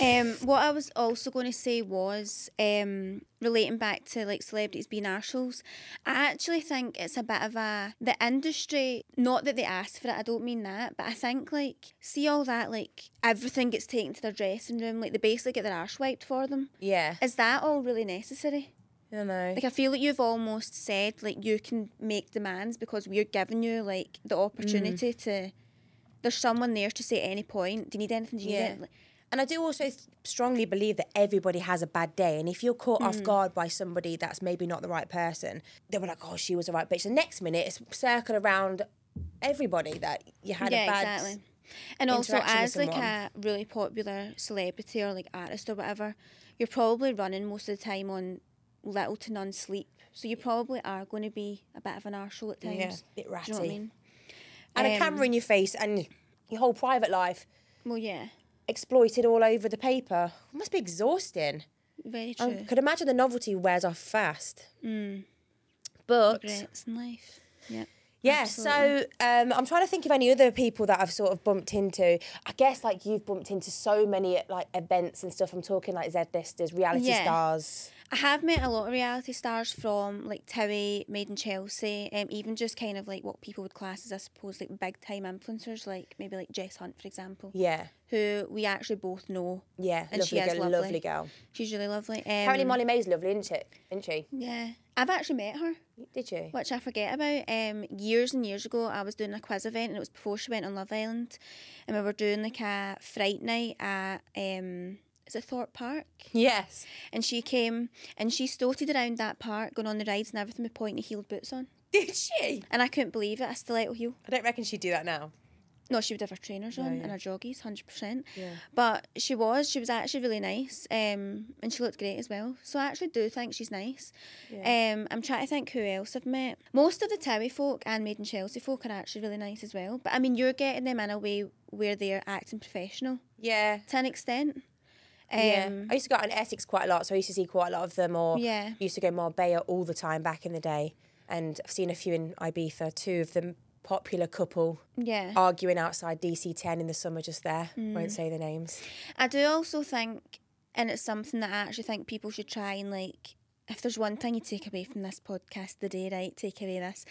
Um, what I was also going to say was um, relating back to like celebrities being arseholes. I actually think it's a bit of a the industry. Not that they asked for it. I don't mean that, but I think like see all that like everything gets taken to their dressing room. Like they basically get their arse wiped for them.
Yeah.
Is that all really necessary?
I know.
Like I feel like you've almost said like you can make demands because we're giving you like
Mm.
the opportunity to. There's someone there to say at any point. Do you need anything? Do you
Yeah.
need it? Like,
And I do also th- strongly believe that everybody has a bad day. And if you're caught off
Hmm.
guard by somebody that's maybe not the right person, they were like, oh, she was the right bitch. The next minute, it's circle around everybody that you had a
yeah,
bad
exactly. And also,
interaction with
as like
someone.
a really popular celebrity or like artist or whatever, you're probably running most of the time on little to none sleep. So you probably are going to be a bit of an arsehole at times.
Yeah. Bit
Do you know what I
ratty.
mean?
and a
Um,
camera in your face and your whole private life
Well, yeah,
exploited all over the paper. It must be exhausting.
very
I
true. Mm.
could imagine the novelty wears off fast. But
Regrets in life. Yep.
yeah, so um, I'm trying to think of any other people that I've sort of bumped into. I guess like you've bumped into so many like events and stuff. I'm talking like Z-listers, reality
Yeah.
stars.
I have met a lot of reality stars from like Towie, Made in Chelsea, um, even just kind of like what people would class as, I suppose, like big time influencers, like maybe like Jess Hunt, for example,
Yeah,
who we actually both know.
yeah,
And she
lovely
is
girl,
lovely.
lovely girl.
She's really lovely. Um,
Apparently Molly May's lovely, isn't she? Isn't she?
Yeah. I've actually met her,
Did you?
which I forget about. Um, years and years ago, I was doing a quiz event, and it was before she went on Love Island, and we were doing like a fright night at um, is it Thorpe Park?
Yes.
And she came and she stoated around that park, going on the rides and everything with pointy heeled boots on,
Did she?
and I couldn't believe it. A stiletto heel.
I don't reckon she'd do that now.
No, she would have her trainers on and her joggies, hundred percent. But she was, she was actually really nice, um, and she looked great as well. So I actually do think she's nice. Um, I'm trying to think who else I've met. Most of the Towie folk and Maiden Chelsea folk are actually really nice as well. But I mean, you're getting them in a way where they're acting professional
Yeah.
to an extent. Um,
Yeah. I used to go out in Essex quite a lot, so I used to see quite a lot of them. Or
Yeah.
I used to go Marbella all the time back in the day, and I've seen a few in Ibiza. Two of them, popular couple,
Um, yeah.
arguing outside DC10 in the summer, just there. Won't say the names.
I do also think, and it's something that I actually think people should try and like. If there's one thing you take away from this podcast today, right? Take away this.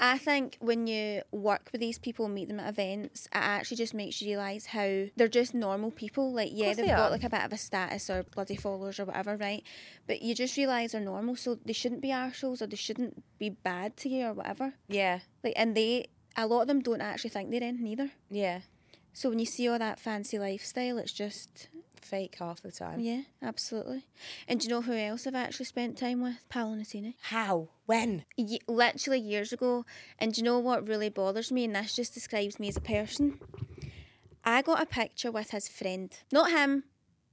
I think when you work with these people, meet them at events, it actually just makes you realise how they're just normal people. Like, yeah,
course
they've
they
got
are.
like a bit of a status or bloody followers or whatever, right? But you just realise they're normal, so they shouldn't be arseholes or they shouldn't be bad to you or whatever.
Yeah.
Like, and they, a lot of them don't actually think they're in either.
Yeah.
So when you see all that fancy lifestyle, it's just
Fake half the time.
yeah, absolutely. And do you know who else I've actually spent time with? Paolo Nassini.
How? When?
Ye literally years ago. And do you know what really bothers me? And this just describes me as a person. I got a picture with his friend. Not him,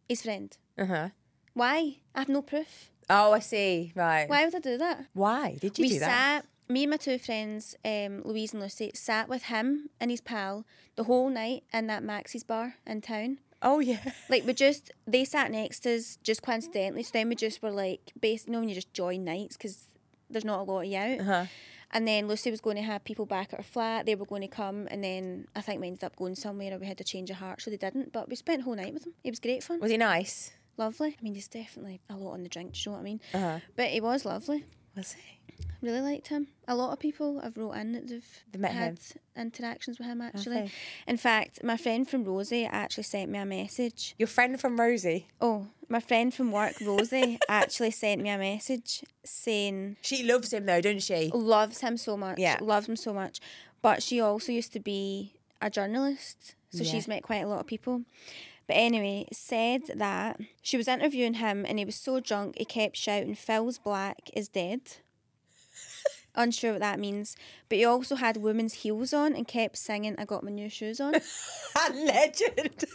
his friend.
Uh huh.
Why? I have no proof.
Oh, I see. Right.
Why would I do that?
Why did you
we
do that?
sat, me and my two friends, um, Louise and Lucy, sat with him and his pal the whole night in that Max's bar in town.
Oh yeah.
Like we just they sat next to us just coincidentally. So then we just were like, based you know when you just join nights because there's not a lot of you out.
Uh-huh.
And then Lucy was going to have people back at her flat. They were going to come, and then I think we ended up going somewhere, or we had to change of heart, so they didn't. But we spent the whole night with him. It was great fun,
Was he nice?
lovely. I mean, he's definitely a lot on the drink. Do you know what I mean?
Uh-huh.
But he was lovely.
Was he?
Really liked him. A lot of people I've wrote in that they've
They met
had
him.
interactions with him. Actually,
Okay.
in fact, my friend from Rosie actually sent me a message.
Your friend from Rosie.
Oh, my friend from work, Rosie, actually sent me a message saying
She loves him though, doesn't she?
loves him so much.
Yeah.
Loves him so much. But she also used to be a journalist. So
Yeah.
she's met quite a lot of people. But anyway, said that she was interviewing him and he was so drunk he kept shouting, Phil's black is dead. Unsure what that means. But he also had women's heels on and kept singing, I got my new shoes on.
A legend.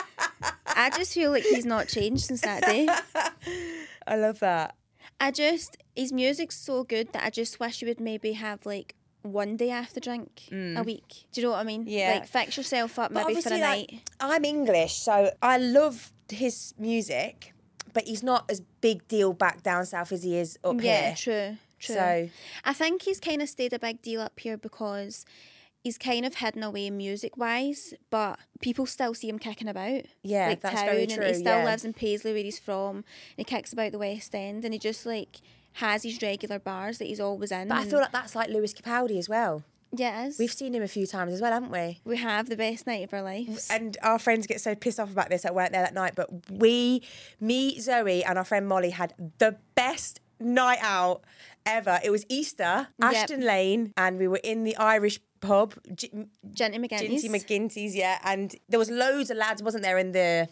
I just feel like he's not changed since that day.
I love that.
I just his music's so good that I just wish you would maybe have like one day after drink a week. Do you know what I mean?
Mm. Yeah.
Like fix yourself up
But
maybe for a
obviously, like,
night.
I'm English, so I love his music, but he's not as big deal back down south as he is up
Yeah,
here.
true. True.
So-
I think he's kind of stayed a big deal up here because he's kind of hidden away music wise, but people still see him kicking about.
Yeah,
like
that's very
town, And
true,
he still
yeah.
lives in Paisley where he's from, and he kicks about the West End, and he just like has his regular bars that he's always in.
But I
and-
feel like that's like Lewis Capaldi as well.
yeah, it is.
We've seen him a few times as well, haven't we?
we have the best night of our lives.
And our friends get so pissed off about this. I weren't there that night, but we, me, Zoe, and our friend Molly had the best night out ever. It was Easter,
Yep.
Ashton Lane, and we were in the Irish pub, G-
Jenty McGinnis.
Ginty McGinty's, yeah. And there was loads of lads, wasn't there, in the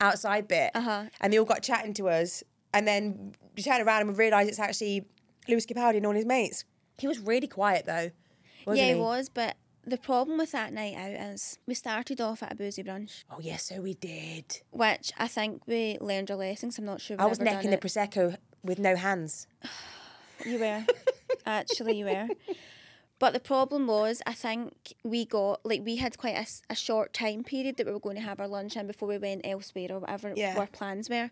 outside bit. Uh-huh. And they all got chatting to us. And then we turn around and we realise it's actually Lewis Capaldi and all his mates. He was really quiet though. Wasn't
yeah,
he?
it was, but the problem with that night out is we started off at a boozy brunch,
Oh, yes, so we did.
which I think we learned our lessons. I'm not sure. we've
I was
ever done
necking the
it.
Prosecco with no hands.
You were. Actually, you were. But the problem was, I think we got, like, we had quite a, s- a short time period that we were going to have our lunch in before we went elsewhere or whatever
Yeah.
our plans were.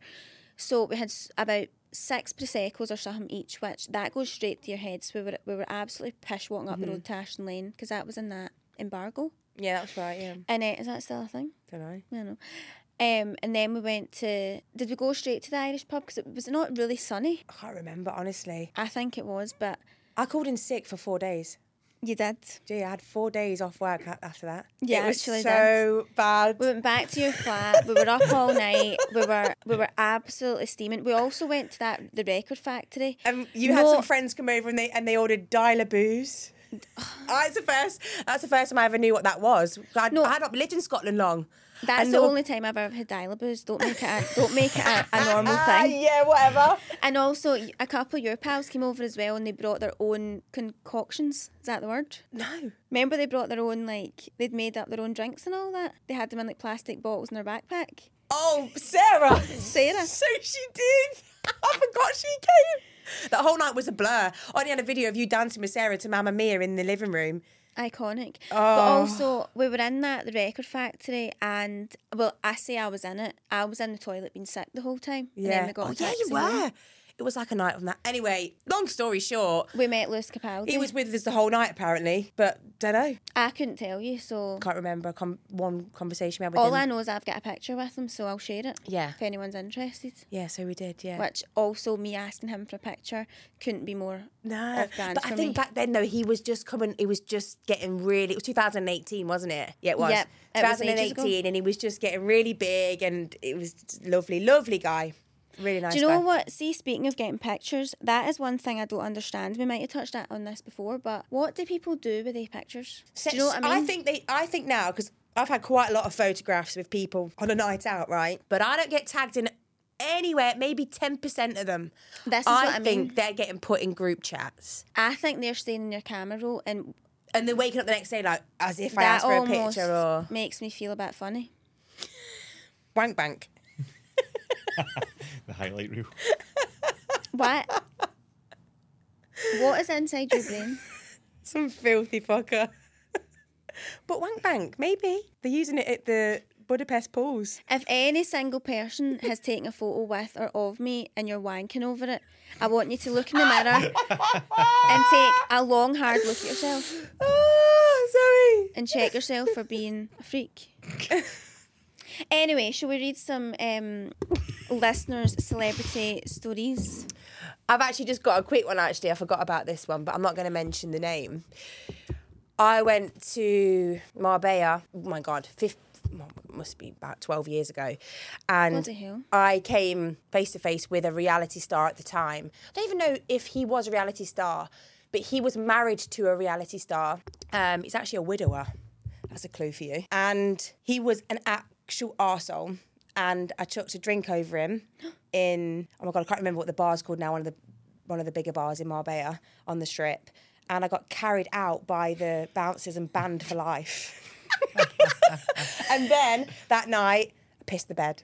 So we had s- about six Prosecco's or something each, which that goes straight to your heads. We were, we were absolutely pish walking up
Mm-hmm.
the road to Ashton Lane because that was in that embargo.
Yeah, that's right, yeah.
And uh, is that still a thing?
Don't know.
I know. Um, and then we went to, did we go straight to the Irish pub? Because it was not really sunny.
I can't remember, honestly.
I think it was, but
I called in sick for four days.
you did.
Gee, I had four days off work a- after that.
Yeah,
it was
actually
so bad.
We went back to your flat. We were up all night. We were we were absolutely steaming. We also went to that the record factory.
Um, you had some
No-
friends come over and they and they ordered dialer booze. that's the first. That's the first time I ever knew what that was. I'd,
No.
I'd not lived in Scotland long.
That's
and
the
no-
only time I've ever had dialaboos. Don't make it a, don't make it a, a normal
Ah,
thing.
yeah, whatever.
And also, a couple of your pals came over as well, and they brought their own concoctions. Is that the word?
No.
Remember, they brought their own like they'd made up their own drinks and all that. They had them in like plastic bottles in their backpack.
Oh, Sarah.
Sarah.
So she did. I forgot she came. That whole night was a blur. I only had a video of you dancing with Sarah to Mamma Mia in the living room.
iconic. But
Oh.
also, we were in that the record factory, and well, I say I was in it. I was in the toilet being sick the whole time. And then we got
oh,
a
yeah, you
taxi home.
were. It was like a night from that. Anyway, long story short,
We met Lewis Capaldi.
he was with us the whole night apparently, but don't know.
I couldn't tell you, so
Can't remember com- one conversation we had with
all
him.
I know is I've got a picture with him, so I'll share it.
Yeah.
If anyone's interested.
Yeah, so we did. Yeah.
Which also me asking him for a picture couldn't be more
No,
off brand
but I
for
think
me.
back then though he was just coming. He was just getting really. It was 2018, wasn't it? Yeah, it was.
Yep, it was ages ago.
2018, and he was just getting really big, and it was lovely, lovely guy, really nice.
Do you know
guy.
what? See, speaking of getting pictures, that is one thing I don't understand. We might have touched that on this before, but what do people do with their pictures? do you know what I mean?
think they. I think now because I've had quite a lot of photographs with people on a night out, right? But I don't get tagged in anywhere. Maybe 10% of them.
This is
I
what I
think
mean.
they're getting put in group chats,
I think they're staying in your camera roll, and
and they're waking up the next day like as if I
that
asked for a
almost
picture oh. or
makes me feel a bit funny.
wank bank.
The highlight reel.
What? what is inside your brain?
Some filthy fucker. but Wank Bank, maybe. They're using it at the Budapest pools.
If any single person has taken a photo with or of me and you're wanking over it, I want you to look in the mirror and take a long, hard look at yourself
Oh, Zoe.
and check yourself for being a freak. Anyway, shall we read some um, listeners' celebrity stories?
I've actually just got a quick one, actually. I forgot about this one, but I'm not going to mention the name. I went to Marbella, oh my God, fifth, must be about 12 years ago. And
Bloody hell.
I came face to face with a reality star at the time. I don't even know if he was a reality star, but he was married to a reality star. Um, he's actually a widower. That's a clue for you. And he was an actual arsehole. And I chucked a drink over him in, oh my God, I can't remember what the bar's called now, one of the one of the bigger bars in Marbella on the strip. And I got carried out by the bouncers and banned for life. and then that night, I pissed the bed.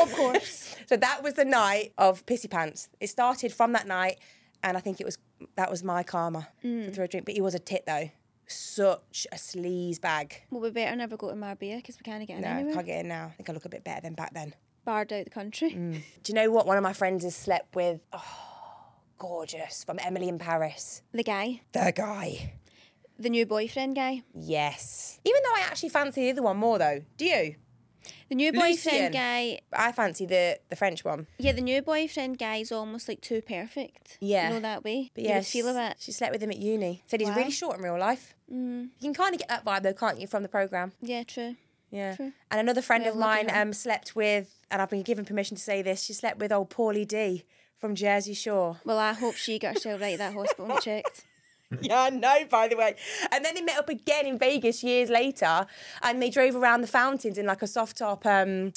Of course.
So that was the night of pissy pants. It started from that night, and I think it was that was my karma
Mm.
through a drink. But he was a tit though, such a sleaze bag.
Well, we better never go to Marbella because we can't get in
No, I
anywhere.
can't get in now. I think I look a bit better than back then.
Barred out the country.
Do you know what? One of my friends has slept with. Oh, gorgeous from Emily in Paris.
The guy,
The guy.
the new boyfriend guy.
Yes. Even though I actually fancy the other one more though. Do you?
The new
Lucien.
boyfriend guy.
I fancy the the French one.
Yeah, the new boyfriend guy is almost like too perfect.
Yeah.
You know that way.
But
you
yeah,
would feel a
she's-
bit.
She slept with him at uni. Said he's
Wow.
really short in real life. Mm. You can kind of get that vibe though, can't you, from the program?
Yeah, true.
Yeah.
True.
And another friend
Yeah,
of
lucky
mine
her.
um, slept with, and I've been given permission to say this. She slept with old Paulie D from Jersey Shore.
Well, I hope she got herself right at that hospital and checked.
yeah, I know. By the way, and then they met up again in Vegas years later, and they drove around the fountains in like a soft top. Um,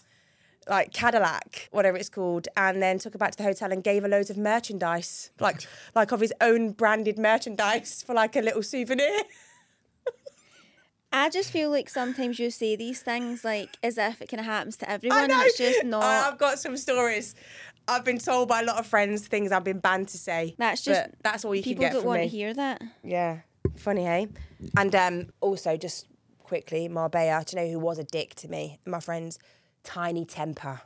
like Cadillac, whatever it's called, and then took her back to the hotel and gave her loads of merchandise, like like of his own branded merchandise for like a little souvenir.
I just feel like sometimes you say these things like as if it kind of happens to everyone.
I know. Um,
It's just not.
I've got some stories. I've been told by a lot of friends things I've been banned to say.
that's just
but that's all you
people
can get
don't
from
want
me.
to hear that.
Yeah. Funny, hey? And um, also, just quickly, Marbella, do you know who was a dick to me? My friend's tiny temper.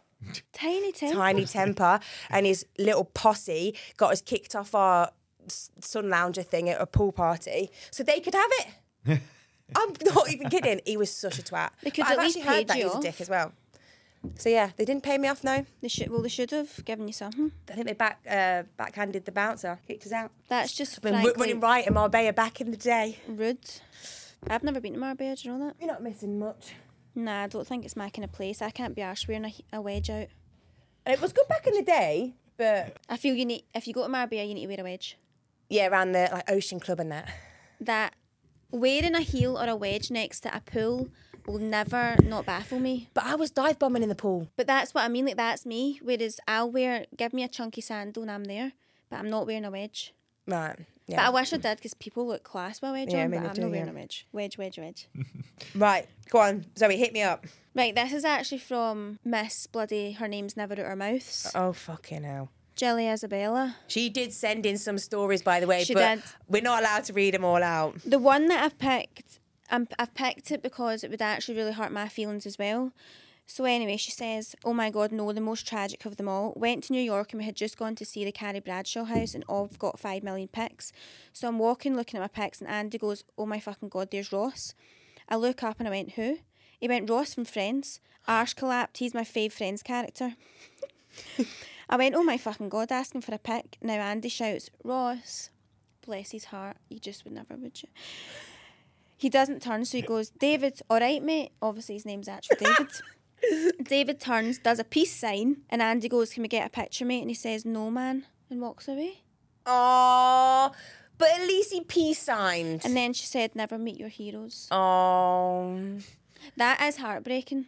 Tiny Tim.
Tiny temper. And his little posse got us kicked off our s- sun lounger thing at a pool party so they could have it. I'm not even kidding. He was such a twat.
They could
But I've
at least
actually heard
paid
that
you
he's a
off.
dick as well. So yeah, they didn't pay me off. No,
They should. Well, they should have given you something.
I think they back uh, backhanded the bouncer, kicked us out.
That's just
Been w-
frankly
running right in Marbella back in the day.
rude. I've never been to Marbella. Do you know that?
You're not missing much.
Nah, I don't think it's my kind of place. I can't be arsed wearing a, he- a wedge out.
And it was good back in the day, but
I feel you need if you go to Marbella, you need to wear a wedge.
yeah, around the like Ocean Club and that.
That wearing a heel or a wedge next to a pool will never not baffle me.
But I was dive bombing in the pool.
But that's what I mean. Like that's me. Whereas I'll wear give me a chunky sandal and I'm there, but I'm not wearing a wedge.
Right.
But I
Yeah.
wish I did because people look class with a wedge
Yeah, I
on,
mean,
but
they
I'm
do,
not wearing
yeah.
a wedge. Wedge, wedge, wedge.
right. Go on, Zoe. Hit me up.
right, this is actually from Miss Bloody. Her name's never out her mouths.
Oh fucking hell.
Jelly Isabella.
She did send in some stories, by the way,
She
but
did.
we're not allowed to read them all out.
The one that I've picked, um, I've picked it because it would actually really hurt my feelings as well. So anyway, she says, "Oh my God, no! The most tragic of them all. Went to New York and we had just gone to see the Carrie Bradshaw house, and all have got five million pics. So I'm walking, looking at my pics, and Andy goes, "Oh my fucking God, there's Ross." I look up and I went, "Who?" He went, "Ross from Friends. Arse collapsed. He's my fave Friends character." I went, "Oh my fucking God!" Asking for a pic. Now Andy shouts, "Ross!" Bless his heart. You just would never, would you? He doesn't turn, so he goes, David, all right, mate. Obviously, his name's actually David. David turns, does a peace sign, and Andy goes, Can we get a picture, mate? And he says, No, man, and walks away.
Oh, but at least he peace signed.
And then she said, Never meet your heroes.
oh,
That is heartbreaking.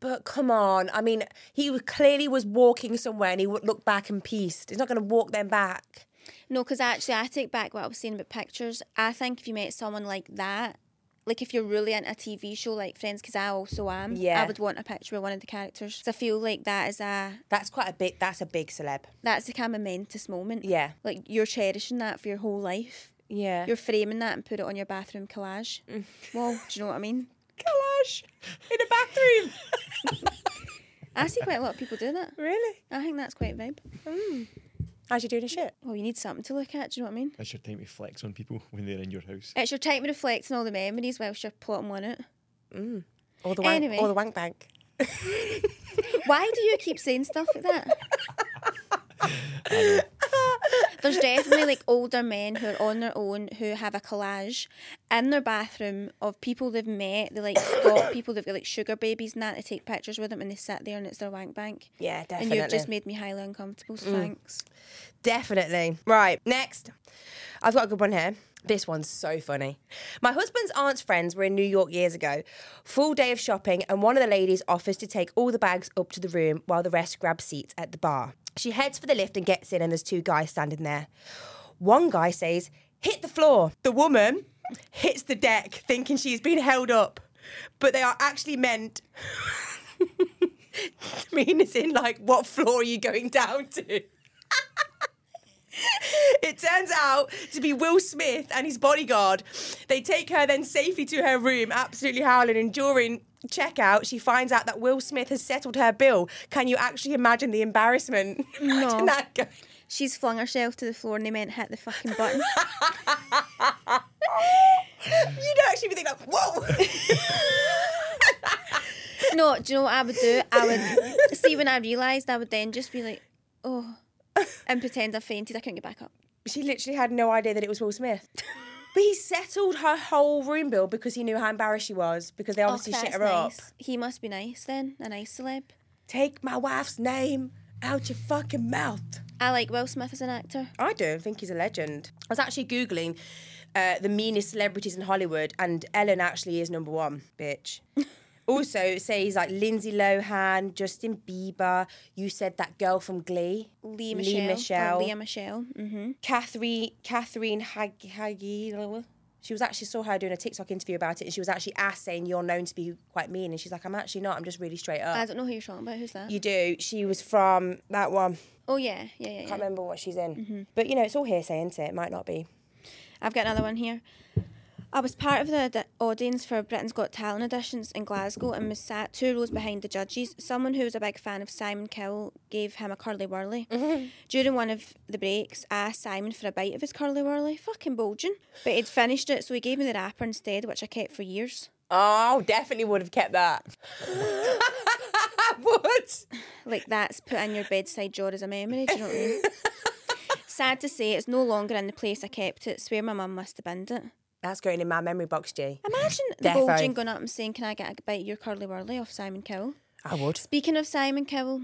but come on. I mean, he was- clearly was walking somewhere, and he would look back and peaced. He's not going to walk them back.
No, because actually, I take back what I was saying about pictures. I think if you met someone like that, like if you're really into a TV show like Friends, because I also am,
Yeah.
I would want a picture with one of the characters. 'Cause I feel like that is a
That's quite a big. That's a big celeb.
that's a kind of momentous moment.
Yeah.
like you're cherishing that for your whole life.
Yeah.
You're framing that and put it on your bathroom collage. Well, do you know what I mean?
collage in a bathroom.
I see quite a lot of people do that.
really?
I think that's quite a vibe.
How's you doing a shit?
Well, you need something to look at. Do you know what I mean?
That's your time to flex on people when they're in your house.
It's your time to reflect on all the memories whilst you're plotting on it.
Or the wank,
Anyway.
or the wank bank.
Why do you keep saying stuff like that? There's definitely like older men who are on their own who have a collage in their bathroom of people they've met. They like stop people they've got like sugar babies and that. They take pictures with them and they sit there and it's their wank bank.
Yeah,
And you've just
definitely. Mm.
made me highly uncomfortable. So Thanks.
Definitely. Right, next. I've got a good one here. This one's so funny. My husband's aunt's friends were in New York years ago. Full day of shopping, and one of the ladies offers to take all the bags up to the room while the rest grab seats at the bar. She heads for the lift and gets in, and there's two guys standing there. One guy says, Hit the floor. The woman hits the deck, thinking she's been held up, but they are actually meant. I mean, it's in like, what floor are you going down to? It turns out to be Will Smith and his bodyguard. They take her then safely to her room, absolutely howling. And during checkout, she finds out that Will Smith has settled her bill. Can you actually imagine the embarrassment? Imagine that going-
She's flung herself to the floor and they meant hit the fucking button.
You'd actually be thinking, like, whoa!
no, do you know what I would do? I would see when I realised I would then just be like, oh, and pretend I fainted. I couldn't get back up.
she literally had no idea that it was Will Smith. But he settled her whole room bill because he knew how embarrassed she was because they
Oh,
obviously shit
that's
her up.
nice. He must be nice then, a nice celeb.
Take my wife's name out your fucking mouth.
I like Will Smith as an actor.
I don't think he's a legend. I was actually googling uh, the meanest celebrities in Hollywood, and Ellen actually is number one, bitch. also, say he's like Lindsay Lohan, Justin Bieber. You said that girl from Glee,
Lee Michelle. or
Michele.
Leah Michelle. Mm-hmm.
Catherine Catherine Hag- Hagel. She was actually saw her doing a TikTok interview about it, and she was actually asked saying, "You're known to be quite mean," and she's like, "I'm actually not. I'm just really straight up."
I don't know who you're talking about. Who's that?
you do. She was from that one.
oh yeah, yeah, yeah.
I
yeah.
can't remember what she's in,
Mm-hmm.
but you know, it's all hearsay, isn't it? It might not be.
I've got another one here. I was part of the ad- audience for Britain's Got Talent auditions in Glasgow and was sat two rows behind the judges. Someone who was a big fan of Simon Cowell gave him a curly whirly. During one of the breaks, I asked Simon for a bite of his curly whirly. Fucking bulging. But he'd finished it, so he gave me the wrapper instead, which I kept for years.
Oh, definitely would have kept that. What?
Like that's put in your bedside drawer as a memory, do you know what I mean? Sad to say, it's no longer in the place I kept it. Swear my mum must have binned it.
That's going in my memory box, G.
Imagine the
Defo.
bulging going up and saying, Can I get a bite of your curly whirly off Simon Cowell?
I would.
Speaking of Simon Cowell,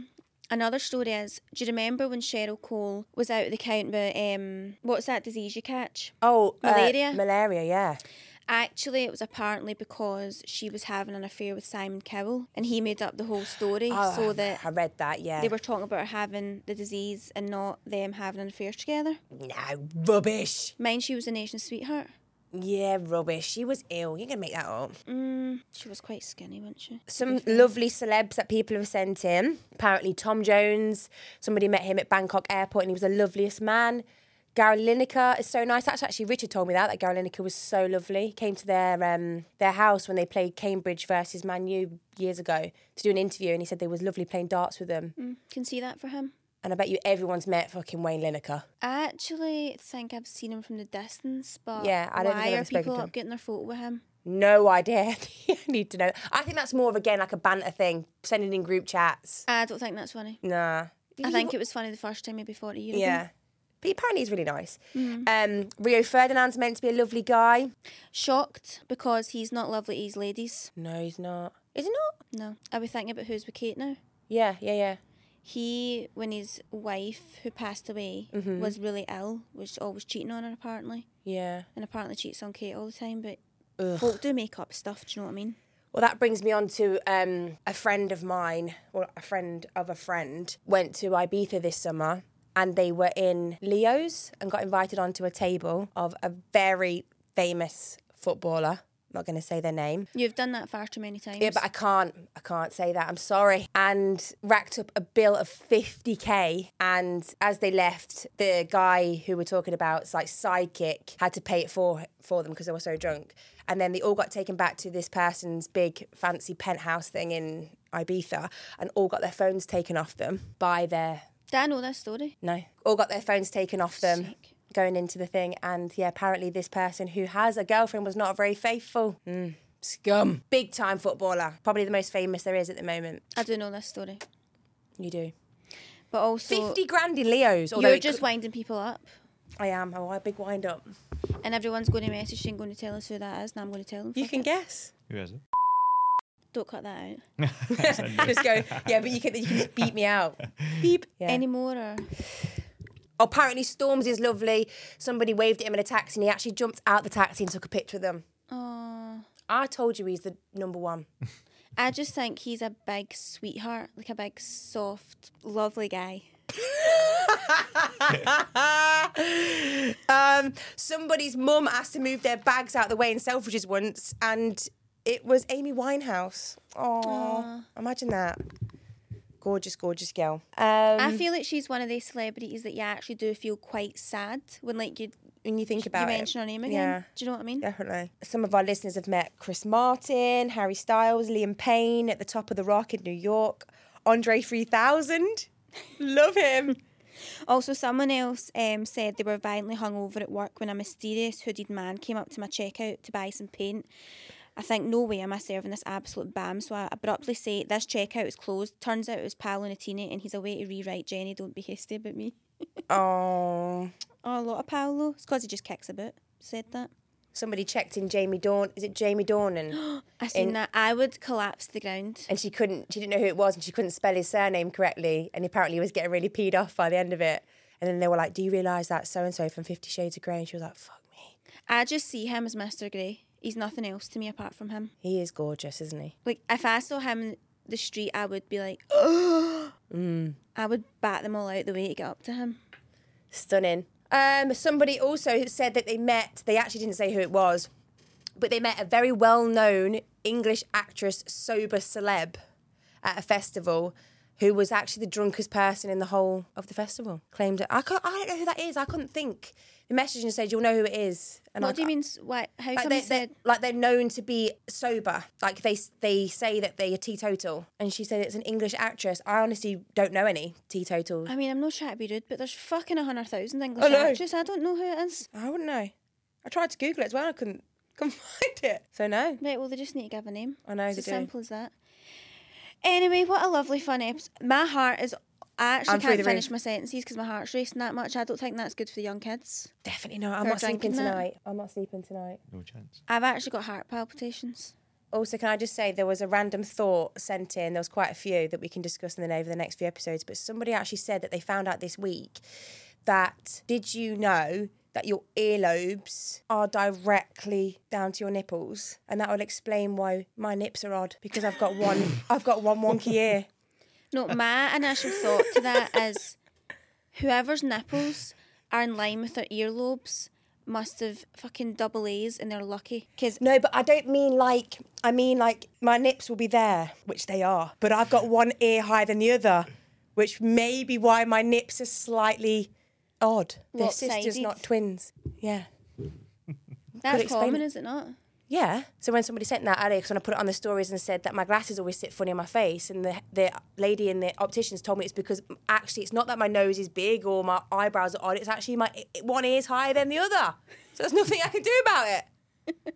another story is do you remember when Cheryl Cole was out of the count with um what's that disease you catch?
Oh, uh,
Malaria?
malaria, yeah.
Actually it was apparently because she was having an affair with Simon Cowell and he made up the whole story
Oh,
so that
I read that. Yeah.
they were talking about her having the disease and not them having an affair together.
no rubbish.
Mind she was the nation's sweetheart.
Yeah, rubbish. She was ill. You're gonna make that up. Mm.
She was quite skinny, wasn't she?
Some lovely celebs that people have sent in. Apparently, Tom Jones. Somebody met him at Bangkok Airport, and he was the loveliest man. Gary Lineker is so nice. That's actually Richard told me that that Gary Lineker was so lovely. Came to their um their house when they played Cambridge versus Man U years ago to do an interview, and he said they was lovely playing darts with them.
Can see that for him.
And I bet you everyone's met fucking Wayne Lineker.
I actually think I've seen him from the distance, but
Yeah, I don't think
why
I've
are
ever spoken
people
to him.
up getting their photo with him?
No idea. I need to know. I think that's more of again like a banter thing, sending in group chats.
I don't think that's funny.
Nah.
I think it was funny the first time, maybe 40 years
Yeah.
ago.
But apparently he's really nice. Um, Rio Ferdinand's meant to be a lovely guy.
Shocked because he's not lovely, he's ladies.
No, he's not. Is he not?
No. Are we thinking about who's with Kate now?
Yeah, yeah, yeah.
He, when his wife, who passed away,
Mm-hmm.
was really ill, was always cheating on her apparently,
Yeah.
and apparently cheats on Kate all the time, but folk do make up stuff, do you know what I mean?
Well, that brings me on to um, a friend of mine, or a friend of a friend, went to Ibiza this summer and they were in Leo's and got invited onto a table of a very famous footballer. I'm not going to say their name.
You've done that far too many times.
Yeah, but I can't. I can't say that. I'm sorry. And racked up a bill of 50k. And as they left, the guy who we're talking about's like sidekick had to pay it for for them because they were so drunk. And then they all got taken back to this person's big fancy penthouse thing in Ibiza, and all got their phones taken off them by their
Did I know that story?
no, all got their phones taken off them.
Sick.
Going into the thing, and yeah, apparently this person who has a girlfriend was not very faithful. Scum. Big time footballer. Probably the most famous there is at the moment.
I do know this story.
You do.
But also,
50 grand in Leo's. although
you're
it
just
could-
winding people up,
I am. Oh, I big wind up.
and everyone's going to message you and going to tell us who that is, and I'm going to tell them.
You
fuck
can
it.
guess.
Who is it?
Don't cut that out.
just go, yeah, but you can, you can just beat me out. Beep. Yeah. Oh,
Any more? Or...
Apparently, Storms is lovely. Somebody waved at him in a taxi and he actually jumped out the taxi and took a picture with them.
Aw.
I told you he's the number one.
I just think he's a big sweetheart, like a big, soft, lovely guy.
um, somebody's mum asked to move their bags out the way in Selfridges once, and it was Amy Winehouse. Oh, imagine that. Gorgeous, gorgeous girl. Um,
I feel like she's one of these celebrities that you actually do feel quite sad when, like, you
when you think
you
about it,
mention her name again.
Yeah.
Do you know what I mean?
Definitely. Some of our listeners have met Chris Martin, Harry Styles, Liam Payne at the top of the rock in New York, Andre 3000. Love him.
Also, someone else um, said they were violently hungover at work when a mysterious hooded man came up to my checkout to buy some paint. I think, no way am I serving this absolute bam. So I abruptly say, This checkout is closed. Turns out it was Paolo Nutini and he's away to rewrite Jenny, Don't Be Hasty About Me.
Oh.
Oh, a lot of Paolo. It's because he just kicks about. Said that.
Somebody checked in Jamie Dawn. Is it Jamie Dornan?
I seen that. I would collapse to the ground.
and she couldn't, she didn't know who it was and she couldn't spell his surname correctly. And apparently he was getting really peed off by the end of it. And then they were like, Do you realise that so and so from Fifty Shades of Grey? And she was like, Fuck me.
I just see him as Mr. Grey. He's nothing else to me apart from him.
He is gorgeous, isn't he?
Like if I saw him in the street, I would be like, oh.
Mm.
I would bat them all out the way to get up to him.
Stunning. Um, somebody also said that they met, they actually didn't say who it was, but they met a very well known English actress, sober celeb, at a festival who was actually the drunkest person in the whole of the festival. Claimed it. I, can't, I don't know who that is. I couldn't think. They messaged and said, You'll know who it is. And
what
I,
do you mean? s- What? How
Like,
come
they,
he
they,
said?
like they're known to be sober. Like they they say that they are teetotal. And she said it's an English actress. I honestly don't know any teetotals.
I mean, I'm not trying to be rude, but there's fucking a hundred thousand English
know.
actors. I don't know who it is.
I wouldn't know. I tried to Google it as well. I couldn't, couldn't find it. So no.
Right, well, they just need to give a name.
I know
It's
they
as
do.
simple as that. Anyway, what a lovely fun episode. My heart is. I actually
I'm through
can't
the
finish
roof.
my sentences because my heart's racing that much. I don't think that's good for the young kids.
Definitely not. I'm
They're
not sleeping
drinking that.
tonight. I'm not sleeping tonight.
No chance.
I've actually got heart palpitations.
Also, can I just say there was a random thought sent in. There was quite a few that we can discuss in the over the next few episodes. But somebody actually said that they found out this week that did you know that your earlobes are directly down to your nipples, and that will explain why my nips are odd because I've got one. I've got one wonky ear.
No, my initial thought to that is whoever's nipples are in line with their earlobes must have fucking double A's and they're lucky. Because
No, but I don't mean like. I mean like my nips will be there, which they are, but I've got one ear higher than the other, which may be why my nips are slightly odd. They're sisters,
Lopsided.
not twins. Yeah.
that's
explain
common,
it.
is it not?
Yeah. So when somebody sent that earlier, because when I put it on the stories and said that my glasses always sit funny on my face, and the the lady in the opticians told me it's because actually it's not that my nose is big or my eyebrows are odd. It's actually my it, one ear is higher than the other. So there's nothing I can do about it.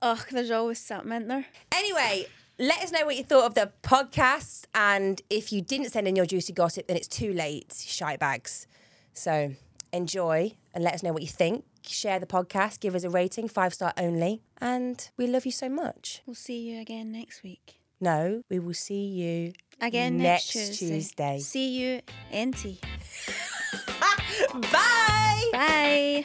Ugh, there's always something in there.
Anyway, let us know what you thought of the podcast. And if you didn't send in your juicy gossip, then it's too late, shite bags. So enjoy and let us know what you think. Share the podcast, give us a rating, five star only. And we love you so much.
We'll see you again next week.
No, we will see you
Again next,
next, Tuesday.
See you, NT.
Bye.
Bye.